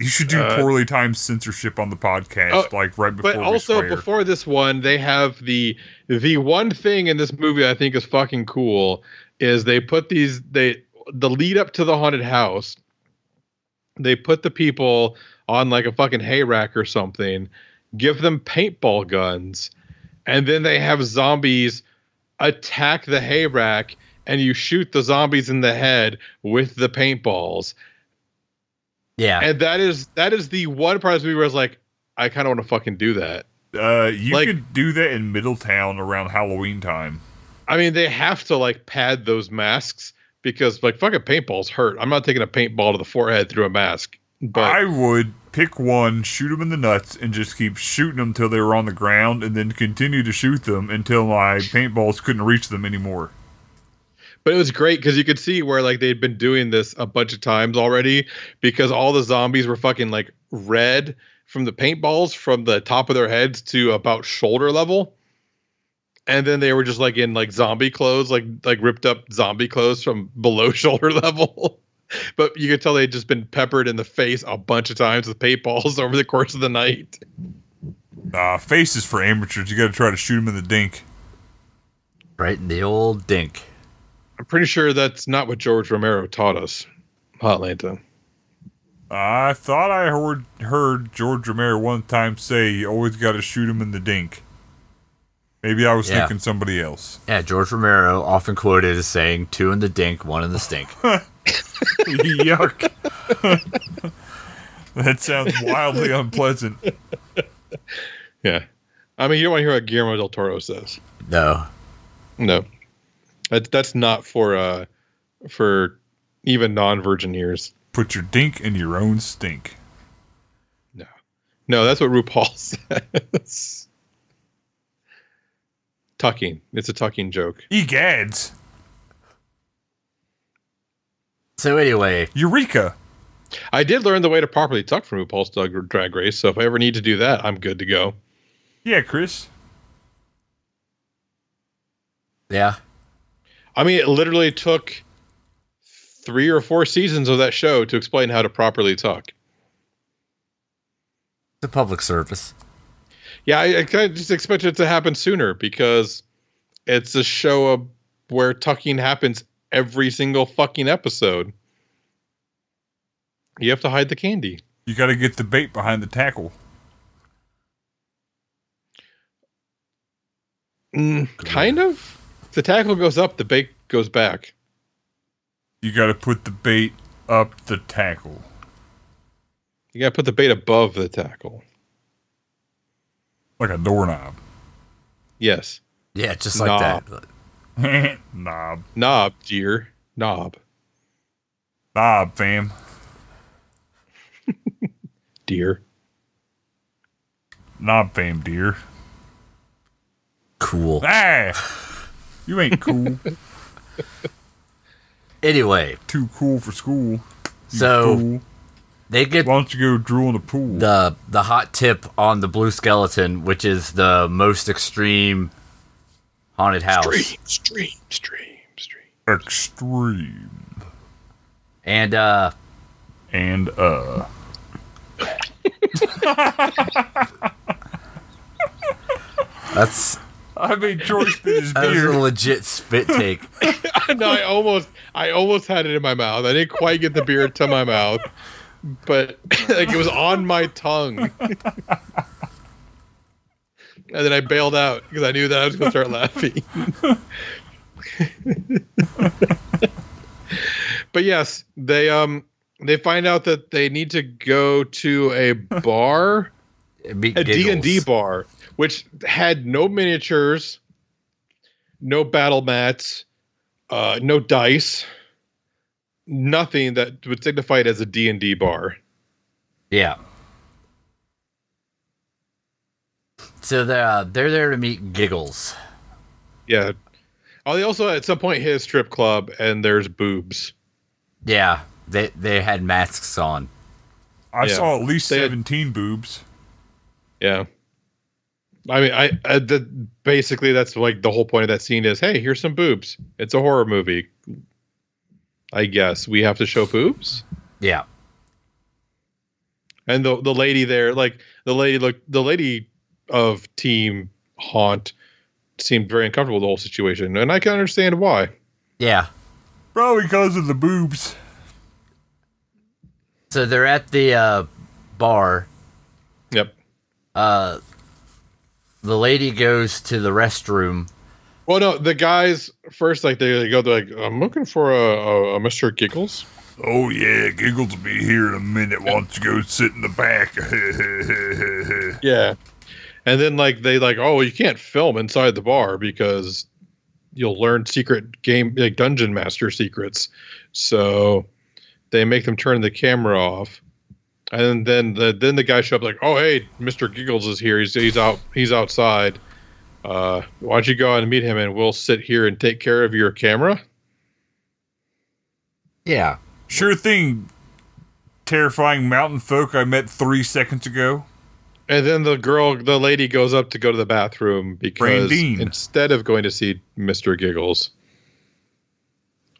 S2: You should do
S3: Uh,
S2: poorly timed censorship on the podcast,
S3: Oh,
S2: like right before.
S3: But
S2: we
S3: also
S2: swear.
S3: before this one, they have the the one thing in this movie I think is fucking cool is they put these they the lead up to the haunted house. They put the people on like a fucking hay rack or something, give them paintball guns, and then they have zombies attack the hay rack and you shoot the zombies in the head with the paintballs
S1: Yeah.
S3: and that is that is the one part of this movie where I was like, I kind of want to fucking do that.
S2: uh, you
S3: like-
S2: could do that in Middletown around Halloween time.
S3: I mean, they have to like pad those masks because like fucking paintballs hurt. I'm not taking a paintball to the forehead through a mask, but
S2: I would pick one, shoot them in the nuts, and just keep shooting them till they were on the ground, and then continue to shoot them until my paintballs couldn't reach them anymore.
S3: but it was great because you could see where like they'd been doing this a bunch of times already because all the zombies were fucking like red from the paintballs from the top of their heads to about shoulder level. And then they were just like in like zombie clothes, like like ripped up zombie clothes from below shoulder level. but you could tell they'd just been peppered in the face a bunch of times with paintballs over the course of the night.
S2: Nah, faces for amateurs. You got to try to shoot them in the dink.
S1: Right in the old dink.
S3: I'm pretty sure that's not what George Romero taught us. Hotlanta.
S2: I thought I heard heard George Romero one time say you always got to shoot him in the dink. Maybe I was
S1: Yeah.
S2: thinking somebody else.
S1: Yeah, George Romero often quoted as saying, two in the dink, one in the stink.
S2: Yuck. that sounds wildly unpleasant.
S3: Yeah. I mean, you don't want to hear what Guillermo del Toro says.
S1: no.
S3: No, that's that's not for uh for even non-virgin ears.
S2: Put your dink in your own stink.
S3: No, no, that's what RuPaul says. tucking. It's a tucking joke.
S2: Egads.
S1: So anyway,
S2: Eureka.
S3: I did learn the way to properly tuck from RuPaul's Drag- Drag Race, so if I ever need to do that, I'm good to go.
S2: Yeah, Chris.
S1: yeah.
S3: I mean, it literally took three or four seasons of that show to explain how to properly tuck.
S1: The public service.
S3: Yeah, I, I kind of just expected it to happen sooner because it's a show up where tucking happens every single fucking episode. You have to hide the candy.
S2: You got to get the bait behind the tackle.
S3: Mm, kind of. If the tackle goes up, the bait goes back.
S2: You got to put the bait up the tackle.
S3: You gotta put the bait above the tackle.
S2: Like a doorknob.
S3: Yes,
S1: Yeah, just like
S3: Nah.
S1: that.
S2: knob.
S3: knob, dear knob,
S2: Knob, fam.
S3: dear.
S2: Knob, fam, dear.
S1: Cool.
S2: Ah, you ain't cool.
S1: Anyway,
S2: Too cool for school. you
S1: So-
S2: fool.
S1: they get
S2: why don't you go drool in the pool?
S1: the the hot tip on the blue skeleton, which is the most extreme haunted house.
S3: stream, stream, stream.
S2: Extreme
S1: And uh
S2: and uh.
S1: That's
S2: I made George spit his
S1: that's a
S2: beer.
S1: legit spit take.
S3: no, I almost, I almost had it in my mouth. I didn't quite get the beer to my mouth, but like it was on my tongue. and then I bailed out because I knew that I was going to start laughing. but yes, they um they find out that they need to go to a bar
S1: Beat
S3: a D and D
S1: giggles.
S3: bar, which had no miniatures, no battle mats, uh, no dice, nothing that would signify it as a D and D bar.
S1: Yeah. So they're uh, they're there to meet Giggles.
S3: Yeah. Oh, they also at some point hit a strip club and there's boobs.
S1: Yeah, they they had masks on.
S2: I
S3: Yeah.
S2: saw at least
S3: They had-
S2: seventeen boobs.
S3: Yeah. I mean, I, I the, basically that's like the whole point of that scene is, hey, here's some boobs. It's a horror movie. I guess we have to show boobs.
S1: Yeah,
S3: and the the lady there like the lady look the lady of team haunt seemed very uncomfortable with the whole situation and i can understand why
S1: yeah.
S2: Probably because of the boobs.
S1: So they're at the uh, bar.
S3: yep
S1: Uh, the lady goes to the restroom.
S3: well no the guys first like they, they go they're like i'm looking for a, a, a mr giggles
S2: Oh yeah, Giggles will be here in a minute. Why don't you go sit in the back?
S3: yeah and then like they like oh you can't film inside the bar because you'll learn secret game like dungeon master secrets so they make them turn the camera off and then the then the guy show up like oh hey mr giggles is here he's he's out he's outside uh why don't you go out and meet him and we'll sit here and take care of your camera
S1: Yeah,
S2: sure thing. Terrifying mountain folk I met three seconds ago.
S3: and then the girl the lady goes up to go to the bathroom because
S2: Brandine.
S3: instead of going to see mr giggles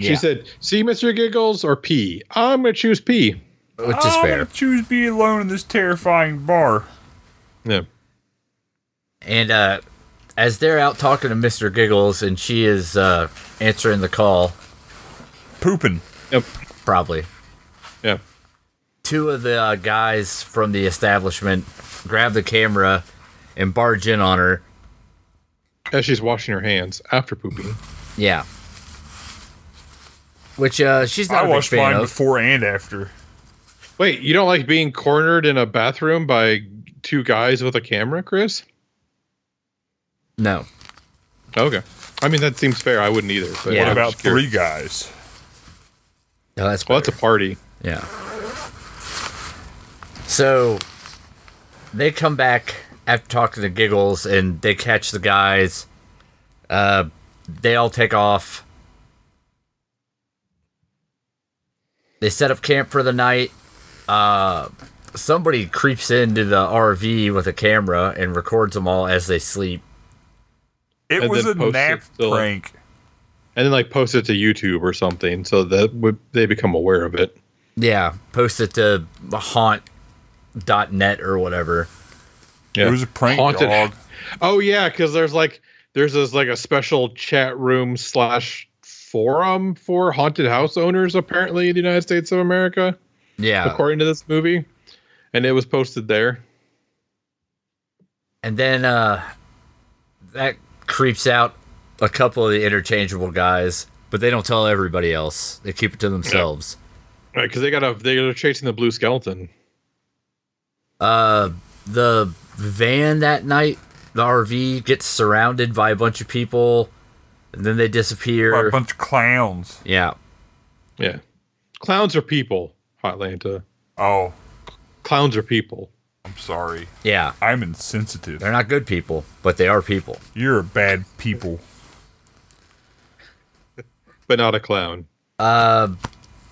S3: She
S1: yeah,
S3: said, "See, Mister Giggles, or P? I'm gonna choose P."
S1: which
S3: Oh,
S1: is
S2: I'm
S1: fair.
S2: gonna Ah, choose be alone in this terrifying bar.
S3: Yeah,
S1: And uh, as they're out talking to Mister Giggles, and she is uh, answering the call,
S2: Pooping.
S3: yep,
S1: probably.
S3: yeah.
S1: two of the uh, guys from the establishment grab the camera and barge in on her.
S3: As she's washing her hands after pooping.
S1: Yeah. Which uh, she's not
S2: I
S1: a big
S2: watched
S1: fan
S2: mine
S1: of.
S2: before and after.
S3: Wait, you don't like being cornered in a bathroom by two guys with a camera, Chris?
S1: No.
S3: Okay. I mean, that seems fair. I wouldn't either. But
S1: Yeah.
S2: what
S3: I'm
S2: about
S3: just curious.
S2: three guys?
S1: No, that's
S3: Well, that's a party.
S1: yeah. So they come back after talking to Giggles, and they catch the guys. Uh, they all take off. They set up camp for the night. Uh, somebody creeps into the RV with a camera and records them all as they sleep.
S2: It
S3: And
S2: was a
S3: then post it
S2: nap
S3: still-
S2: prank.
S3: And then, like, post it to YouTube or something so that would they become aware of it.
S1: Yeah, post it to haunt.net or whatever.
S3: Yeah.
S2: It was a prank
S3: Haunted-
S2: dog.
S3: Oh yeah, because there's like there's this like a special chat room slash forum for haunted house owners apparently in the United States of America,
S1: Yeah.
S3: according to this movie, and it was posted there.
S1: And then uh that creeps out a couple of the interchangeable guys, but they don't tell everybody else. They keep it to themselves.
S3: Right, because they got a they're chasing the blue skeleton.
S1: Uh the van that night, the RV gets surrounded by a bunch of people and then they
S2: by a
S1: disappear.
S2: bunch of clowns.
S1: yeah.
S3: Yeah, clowns are people, Hotlanta.
S2: Oh,
S3: Clowns are people.
S2: I'm sorry.
S1: Yeah.
S2: I'm insensitive.
S1: They're not good people, but they are people.
S2: You're a bad people.
S3: but not a clown.
S1: Uh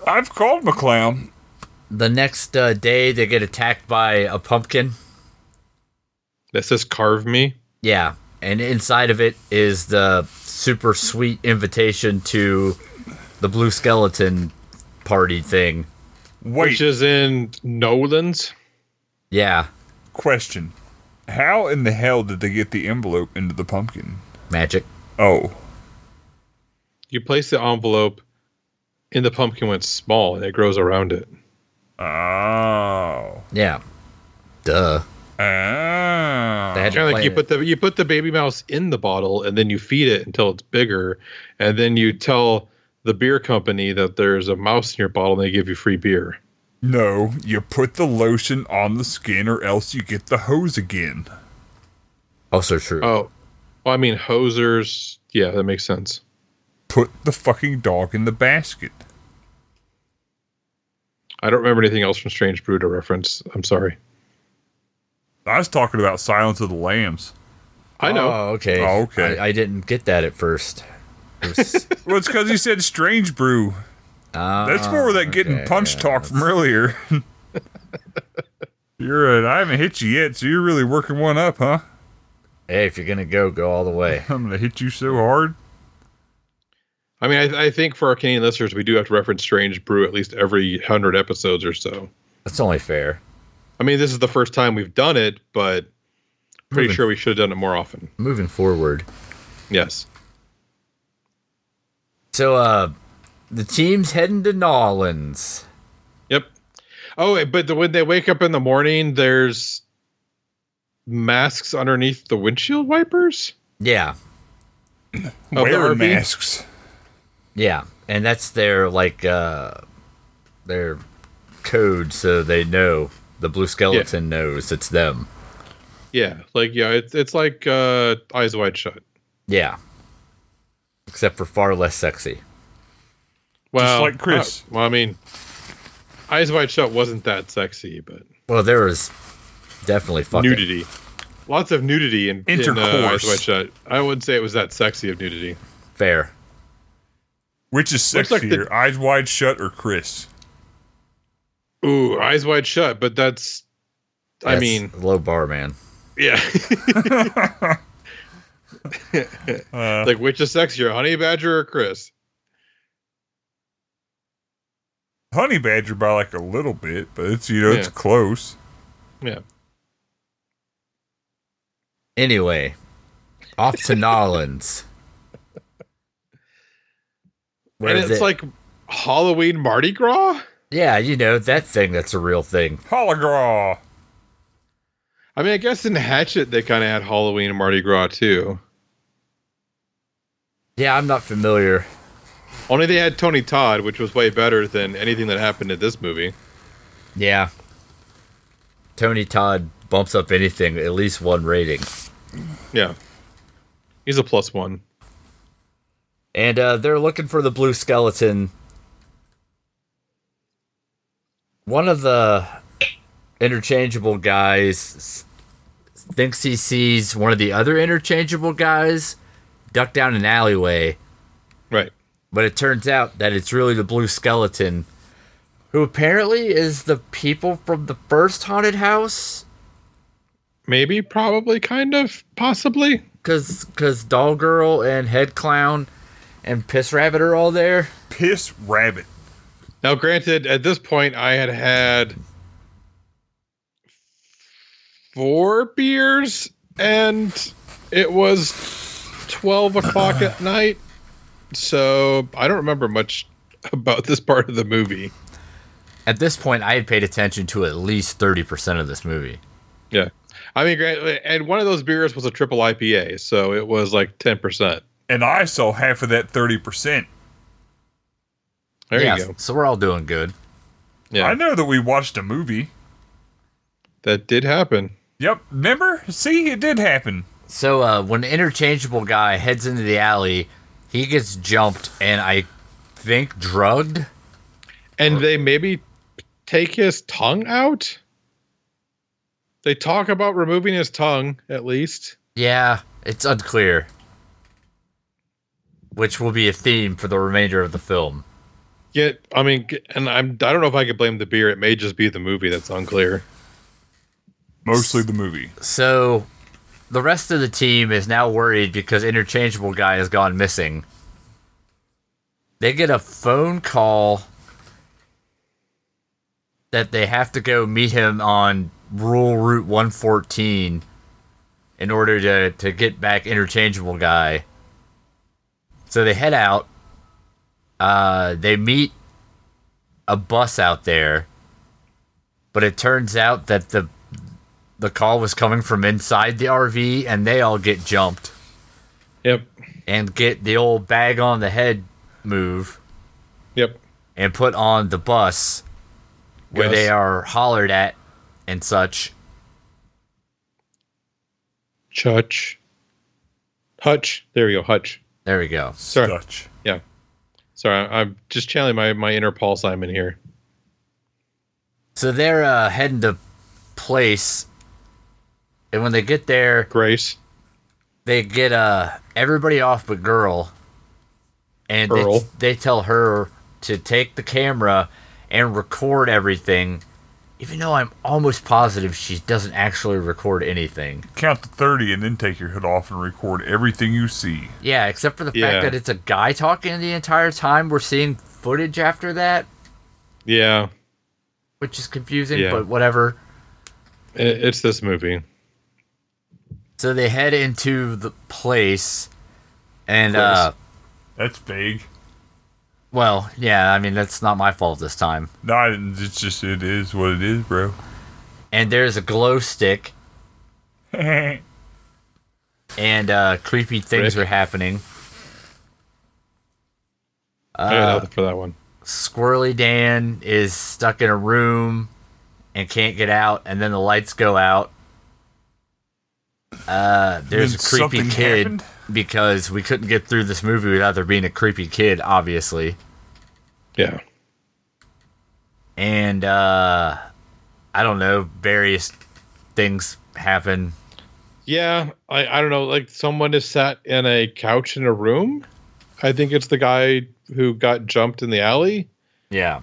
S2: I've called him a clown.
S1: the next uh, day they get attacked by a pumpkin.
S3: That says carve me.
S1: Yeah. And inside of it is the super sweet invitation to the blue skeleton party thing.
S2: Wait,
S3: Which is in Nolan's.
S1: Yeah,
S2: Question: How in the hell did they get the envelope into the pumpkin?
S1: magic.
S2: Oh,
S3: You place the envelope in the pumpkin when it's small and it grows around it.
S2: oh,
S1: Yeah, duh.
S2: oh.
S1: They had
S3: Kind
S1: to
S3: of like
S1: plan
S3: you
S1: it.
S3: put the you put the baby mouse in the bottle and then you feed it until it's bigger, and then you tell the beer company that there's a mouse in your bottle and they give you free beer.
S2: No, you put the lotion on the skin, or else you get the hose again.
S1: also true.
S3: Oh, well, I mean hosers. Yeah, that makes sense.
S2: Put the fucking dog in the basket.
S3: I don't remember anything else from Strange Brew to reference. I'm sorry.
S2: I was talking about Silence of the Lambs.
S3: I know.
S1: Oh, okay.
S2: Oh, okay.
S1: I, I didn't get that at first. It was-
S2: Well, it's because he said strange brew. That's more of that getting
S1: Ah, okay,
S2: punched
S1: yeah,
S2: talk from earlier. you're right. I haven't hit you yet, so you're really working one up, huh?
S1: hey, if you're gonna go, go all the way.
S2: I'm gonna hit you so hard.
S3: I mean, I, I think for our Canadian listeners, we do have to reference Strange Brew at least every hundred episodes or so.
S1: That's only fair.
S3: I mean, this is the first time we've done it, but pretty
S1: Moving-
S3: sure we should have done it more often.
S1: Moving forward.
S3: Yes.
S1: So, uh, the team's heading to Nolans.
S3: Yep. Oh, but the, when they wake up in the morning, there's masks underneath the windshield wipers.
S1: Yeah,
S3: Of the
S2: Wear
S3: RV?
S2: masks.
S1: yeah, and that's their like uh, their code, so they know the blue skeleton knows it's them.
S3: Yeah, like yeah, it's it's like uh, eyes wide shut.
S1: Yeah, except for far less sexy.
S3: Well,
S2: like Chris.
S3: uh, well, I mean, eyes wide shut wasn't that sexy, but
S1: Well, there was definitely fucking.
S3: nudity. Lots of nudity in, in uh, Eyes
S2: Intercourse.
S3: Wide Shut. I wouldn't say it was that sexy of nudity.
S1: Fair.
S2: Which is
S3: Looks
S2: sexier,
S3: like the-
S2: eyes wide shut or Chris?
S3: Ooh, Eyes Wide Shut, but that's, I
S1: That's
S3: mean,
S1: low bar, man.
S3: yeah.
S2: Uh,
S3: like, which is sexier, Honey Badger or Chris?
S2: honey badger by like a little bit, but it's you know it's
S3: Yeah.
S2: close.
S3: Yeah.
S1: Anyway, off to Nolans. Where
S3: and
S1: is
S3: it's
S1: it-
S3: like Halloween Mardi Gras?
S1: yeah, you know that thing. That's a real thing.
S2: Holograw.
S3: I mean, I guess in Hatchet, they kind of had Halloween and Mardi Gras too.
S1: Yeah, I'm not familiar.
S3: Only they had Tony Todd, which was way better than anything that happened in this movie.
S1: Yeah, Tony Todd bumps up anything at least one rating.
S3: Yeah. He's a plus one.
S1: And uh, they're looking for the blue skeleton. One of the interchangeable guys s- thinks he sees one of the other interchangeable guys duck down an alleyway,
S3: Right.
S1: but it turns out that it's really the blue skeleton, who apparently is the people from the first haunted house.
S3: Maybe, probably, kind of, possibly.
S1: Cause, cause Doll Girl and Head Clown and Piss Rabbit are all there.
S2: Piss rabbit.
S3: Now, granted, at this point, I had had four beers, and it was twelve o'clock at night, so I don't remember much about this part of the movie.
S1: At this point, I had paid attention to at least 30% of this movie.
S3: Yeah, I mean, granted, and one of those beers was a triple IPA, so it was like ten percent.
S2: And I saw half of that thirty percent.
S3: There
S1: Yeah,
S3: you go.
S1: So we're all doing good.
S3: Yeah,
S2: I know that we watched a movie.
S3: that did happen.
S2: Yep. Remember? See, it did happen.
S1: So uh, when the interchangeable guy heads into the alley, he gets jumped and I think drugged.
S3: And they maybe take his tongue out? They talk about removing his tongue, at least.
S1: Yeah, it's unclear. Which will be a theme for the remainder of the film.
S3: Yet, I mean, g- and I'm, I don't know if I could blame the beer. It may just be the movie that's unclear.
S2: Mostly the movie.
S1: So the rest of the team is now worried because interchangeable guy has gone missing. They get a phone call that they have to go meet him on rule Route 114 in order to, to get back Interchangeable Guy. So they head out. Uh, they meet a bus out there, but it turns out that the the call was coming from inside the RV, and they all get jumped
S3: Yep.
S1: and get the old bag on the head move
S3: Yep.
S1: and put on the bus where
S3: Gus.
S1: they are hollered at and such.
S3: Chutch. Hutch. There we go. Hutch.
S1: There we go.
S3: Sorry.
S2: Dutch.
S3: Sorry. I- I'm just channeling my, my inner Paul Simon here.
S1: So they're uh, heading to place, and when they get there,
S3: Grace.
S1: they get uh everybody off but girl, and they,
S3: Earl.
S1: they tell her to take the camera and record everything, even though I'm almost positive she doesn't actually record anything.
S2: Count to 30 and then take your hood off and record everything you see.
S1: Yeah, except for the
S3: Yeah.
S1: fact that it's a guy talking the entire time. We're seeing footage after that,
S3: Yeah.
S1: which is confusing,
S3: Yeah.
S1: but whatever.
S3: i- It's this movie.
S1: So they head into the place, and
S3: Place.
S1: uh,
S2: That's vague.
S1: well, yeah, I mean that's not my fault this time.
S2: No, I didn't- it's just, it is what it is, bro.
S1: And there's a glow stick,
S2: That's
S1: and uh, creepy things
S3: Rick.
S1: are happening.
S3: I
S1: Uh,
S3: got nothing for that one.
S1: Squirrely Dan is stuck in a room and can't get out, and then the lights go out. Uh, there's a
S2: Then
S1: creepy
S2: something
S1: kid
S2: happened?
S1: because we couldn't get through this movie without there being a creepy kid, obviously.
S3: Yeah.
S1: And uh, I don't know, various things happen.
S3: Yeah, I, I don't know. Like someone is sat in a couch in a room. I think it's the guy who got jumped in the alley,
S1: Yeah,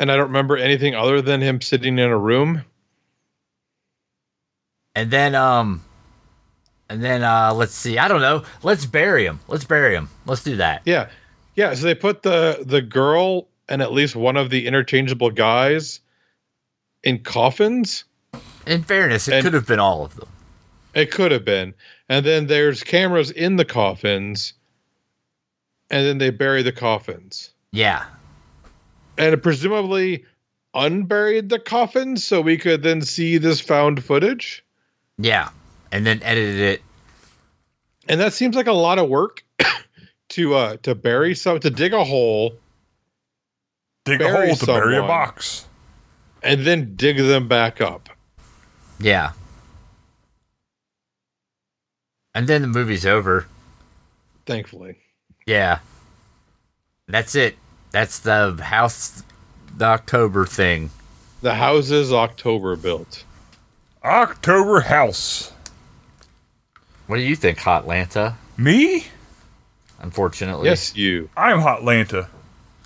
S3: and I don't remember anything other than him sitting in a room.
S1: and then um, and then uh, let's see. I don't know. Let's bury him. Let's bury him. Let's do that.
S3: Yeah, yeah. So they put the the girl and at least one of the interchangeable guys in coffins.
S1: In fairness, it
S3: And-
S1: could have been all of them.
S3: It could have been, and then there's cameras in the coffins, and then they bury the coffins.
S1: Yeah,
S3: and presumably unburied the coffin so we could then see this found footage.
S1: Yeah, and then edited it.
S3: And that seems like a lot of work to uh to bury some to dig a hole
S2: Dig a
S3: Bury
S2: hole to bury a
S3: someone.
S2: box.
S3: and then dig them back up.
S1: Yeah. And then the movie's over.
S3: Thankfully.
S1: Yeah. That's it. That's the house, the October thing.
S3: The houses October built.
S2: October House.
S1: What do you think, Hot Lanta?
S2: Me?
S1: Unfortunately.
S3: Yes, you
S2: I'm Hot Lanta.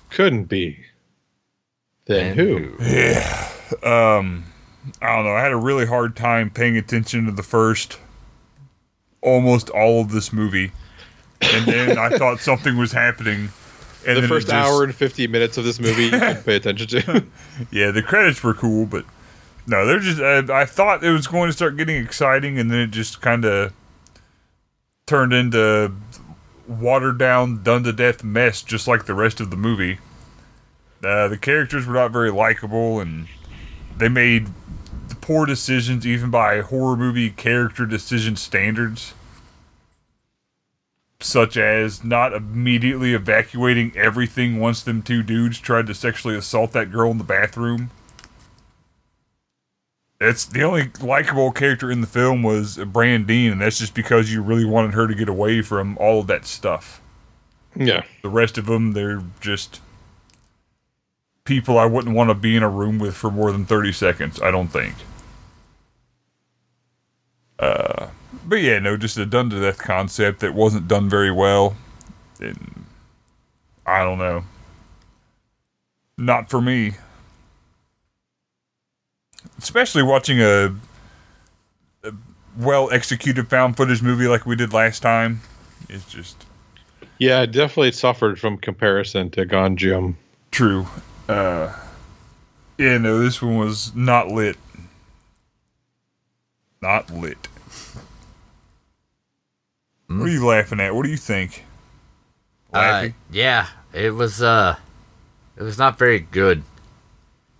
S3: couldn't be. Then
S1: And
S3: who?
S2: Um, I don't know. I had a really hard time paying attention to the first almost all of this movie. And then I thought something was happening. And
S3: The
S2: then it
S3: first
S2: just-
S3: hour and fifty minutes of this movie you can pay attention to.
S2: Yeah, the credits were cool, but no, they're just. I, I thought it was going to start getting exciting, and then it just kind of turned into watered down, done to death mess, just like the rest of the movie. Uh, the characters were not very likable, and they made poor decisions, even by horror movie character decision standards. Such as not immediately evacuating everything once them two dudes tried to sexually assault that girl in the bathroom. It's the only likable character in the film was Brandine, and that's just because you really wanted her to get away from all of that stuff.
S3: yeah.
S2: The rest of them, they're just people I wouldn't want to be in a room with for more than 30 seconds, I don't think. Uh, but yeah, no, just a done to death concept that wasn't done very well. And I don't know. Not for me. Especially watching a, a well executed found footage movie like we did last time. It's just.
S3: Yeah, it definitely suffered from comparison to Ganjium.
S2: True. Uh, yeah, no, this one was not lit. not lit. What are you laughing at? What do you think?
S1: Uh,
S2: Laffy?
S1: yeah, it was uh it was not very good.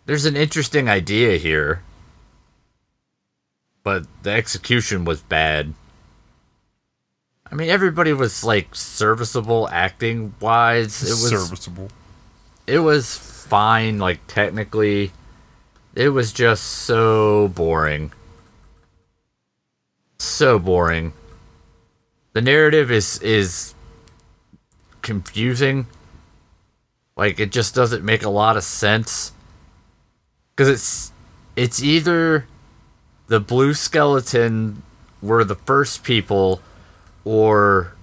S1: There's an interesting idea here, but the execution was bad. I mean, everybody was like serviceable acting wise. It was
S2: serviceable.
S1: it was fine like technically. It was just so boring. So boring. The narrative is is confusing. Like it just doesn't make a lot of sense. Cuz it's it's either the blue skeleton were the first people or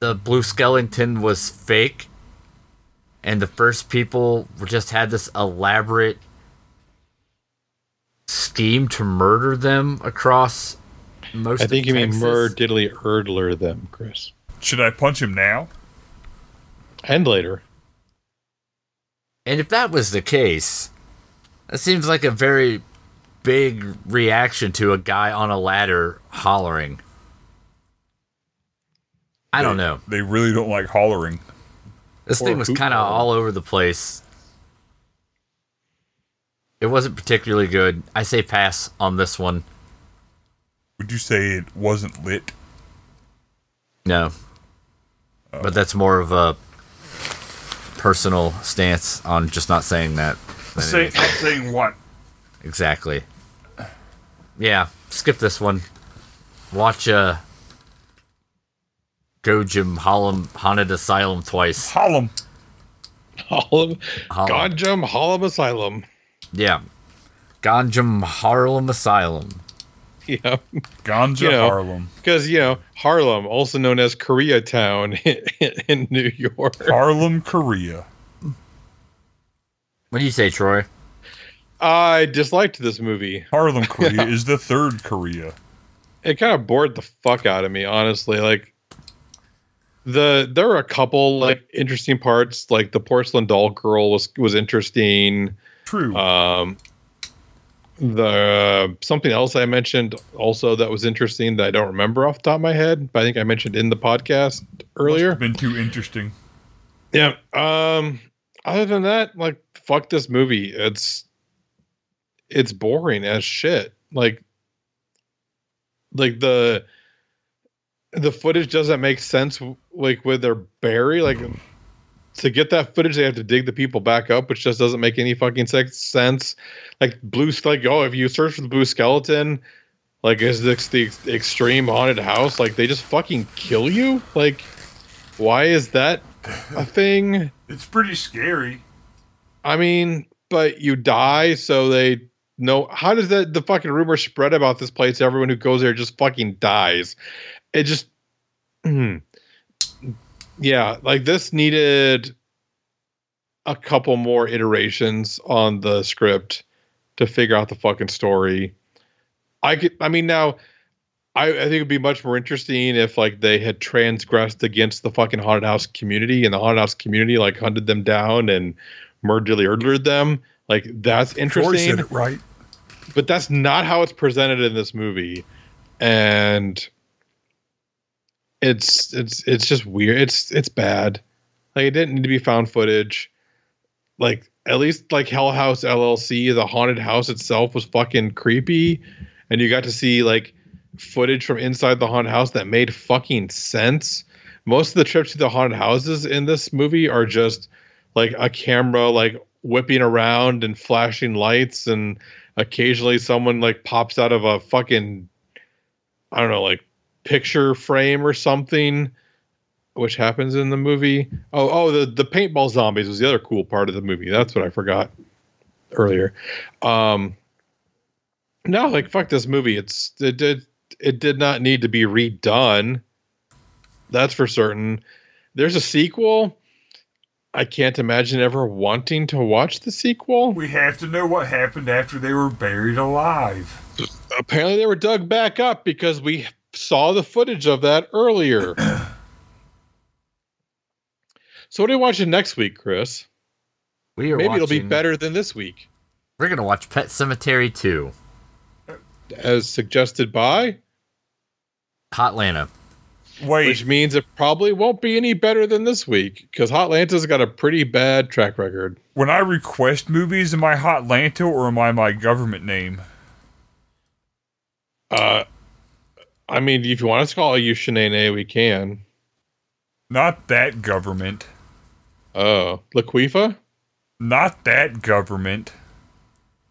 S1: the blue skeleton was fake and the first people were- just had this elaborate scheme to murder them across most
S3: I think
S1: of
S3: you mean
S1: Texas.
S3: Mur Diddley Erdler them, Chris.
S2: Should I punch him now?
S3: And later.
S1: And if that was the case, that seems like a very big reaction to a guy on a ladder hollering. I don't know.
S2: They really don't like hollering.
S1: This
S3: Or
S1: thing was
S3: hoot
S1: kind of
S3: hollering.
S1: all over the place. It wasn't particularly good. I say pass on this one.
S2: Would you say it wasn't lit?
S1: No. But that's more of a personal stance on just not saying that. than
S2: Say,
S1: anything.
S2: saying what?
S1: Exactly. Yeah, skip this one. Watch uh Gojim Hollum Haunted Asylum twice.
S2: Hollum.
S3: Harlem,
S1: Harlem.
S3: Ganjam Harlem Asylum.
S1: Yeah. Ganjum Harlem Asylum.
S3: Yeah.
S2: Ganja
S3: You know.
S2: Harlem.
S3: Because, you know, Harlem, also known as Koreatown in New York.
S2: Harlem, Korea.
S1: What do you say, Troy?
S3: I disliked this movie.
S2: Harlem, Korea is the third Korea.
S3: It kind of bored the fuck out of me, honestly. Like, the there were a couple like interesting parts like the porcelain doll girl was was interesting
S2: True.
S3: um the something else i mentioned also that was interesting that i don't remember off the top of my head but i think i mentioned in the podcast
S2: Must
S3: earlier
S2: have been too interesting.
S3: yeah um other than that like fuck this movie it's it's boring as shit like like the the footage doesn't make sense like with their berry like to get that footage they have to dig the people back up which just doesn't make any fucking sex sense like blue like oh if you search for the blue skeleton like is this the ex- extreme haunted house like they just fucking kill you like why is that a thing
S2: It's pretty scary.
S3: i mean but you die so they know how does that the fucking rumor spread about this place everyone who goes there just fucking dies it just Hmm. yeah like this needed a couple more iterations on the script to figure out the fucking story i could i mean now I, I think it'd be much more interesting if like they had transgressed against the fucking haunted house community and the haunted house community like hunted them down and murdered murdered them like that's
S2: Troy
S3: interesting
S2: said it right.
S3: but that's not how it's presented in this movie and it's it's it's just weird it's it's bad like it didn't need to be found footage like at least like hell house llc the haunted house itself was fucking creepy and you got to see like footage from inside the haunted house that made fucking sense most of the trips to the haunted houses in this movie are just like a camera like whipping around and flashing lights and occasionally someone like pops out of a fucking I don't know, like picture frame or something, which happens in the movie. Oh, oh, the the paintball zombies was the other cool part of the movie. That's what I forgot earlier. Um No, like fuck this movie. It's it did it did not need to be redone. That's for certain. There's a sequel. I can't imagine ever wanting to watch the sequel.
S2: We have to know what happened after they were buried alive.
S3: apparently they were dug back up because we saw the footage of that earlier. so what are you watching next week, Chris?
S1: We are
S3: Maybe it'll be
S1: watching-
S3: better than this week.
S1: We're gonna watch Pet Cemetery 2.
S3: as suggested by,
S1: Hotlanta.
S2: Wait,
S3: which means it probably won't be any better than this week because Hotlanta's got a pretty bad track record.
S2: when I request movies, am I Hotlanta or am I my government name?
S3: Uh, I mean, if you want us to call you Shanae, we can.
S2: Not that government.
S3: Oh, Laquifa,
S2: Not that government.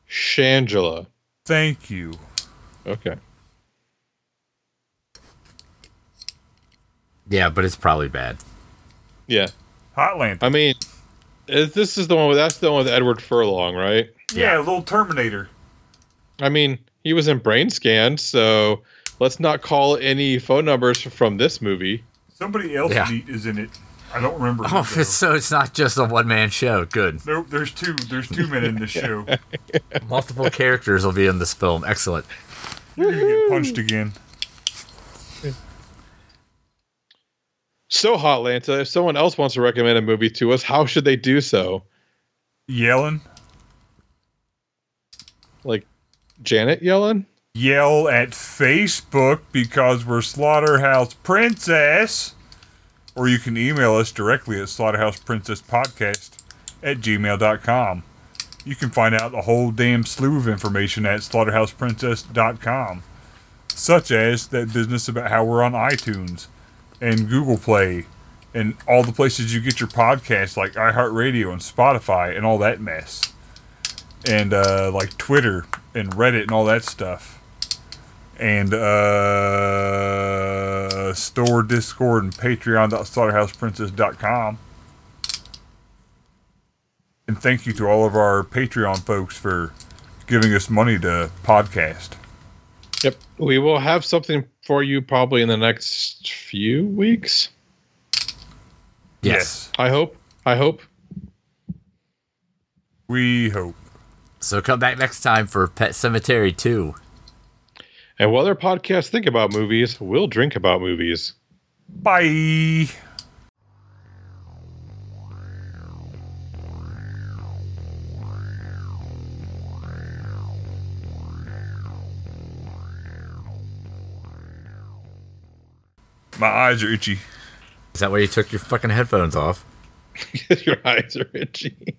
S3: Shangela.
S2: Thank you.
S3: Okay.
S1: Yeah, but it's probably bad.
S3: Yeah.
S2: Hotlanta.
S3: I mean, is- this is the one with that's the one with Edward Furlong, right?
S2: yeah, little Terminator.
S3: I mean, he was in Brain Scan, so let's not call any phone numbers from this movie.
S2: Somebody else
S1: Yeah.
S2: neat is in it. I don't remember. who,
S1: Oh,
S2: though.
S1: so it's not just a one man show. Good.
S2: Nope, there's two. There's two men in this show.
S1: Multiple characters will be in this film. Excellent.
S2: You're gonna get punched again.
S3: So, Hot Lanta, if someone else wants to recommend a movie to us, how should they do so?
S2: Yelling.
S3: Like Janet Yellen?
S2: Yell at Facebook because we're Slaughterhouse Princess. Or you can email us directly at slaughterhouseprincesspodcast at gmail.com. You can find out a whole damn slew of information at slaughterhouseprincess.com, such as that business about how we're on iTunes and Google Play and all the places you get your podcasts like iHeartRadio and Spotify and all that mess and uh, like Twitter and Reddit and all that stuff, and uh, store Discord and Patreon.slaughterhouseprincess.com. And thank you to all of our Patreon folks for giving us money to podcast.
S3: Yep. We will have something for you probably in the next few weeks.
S1: Yes.
S3: I hope. I hope.
S2: we hope.
S1: So come back next time for Pet Cemetery 2.
S3: And while their podcasts think about movies, we'll drink about movies.
S2: Bye. My eyes are itchy.
S1: Is that why you took your fucking headphones off?
S3: Your eyes are itchy.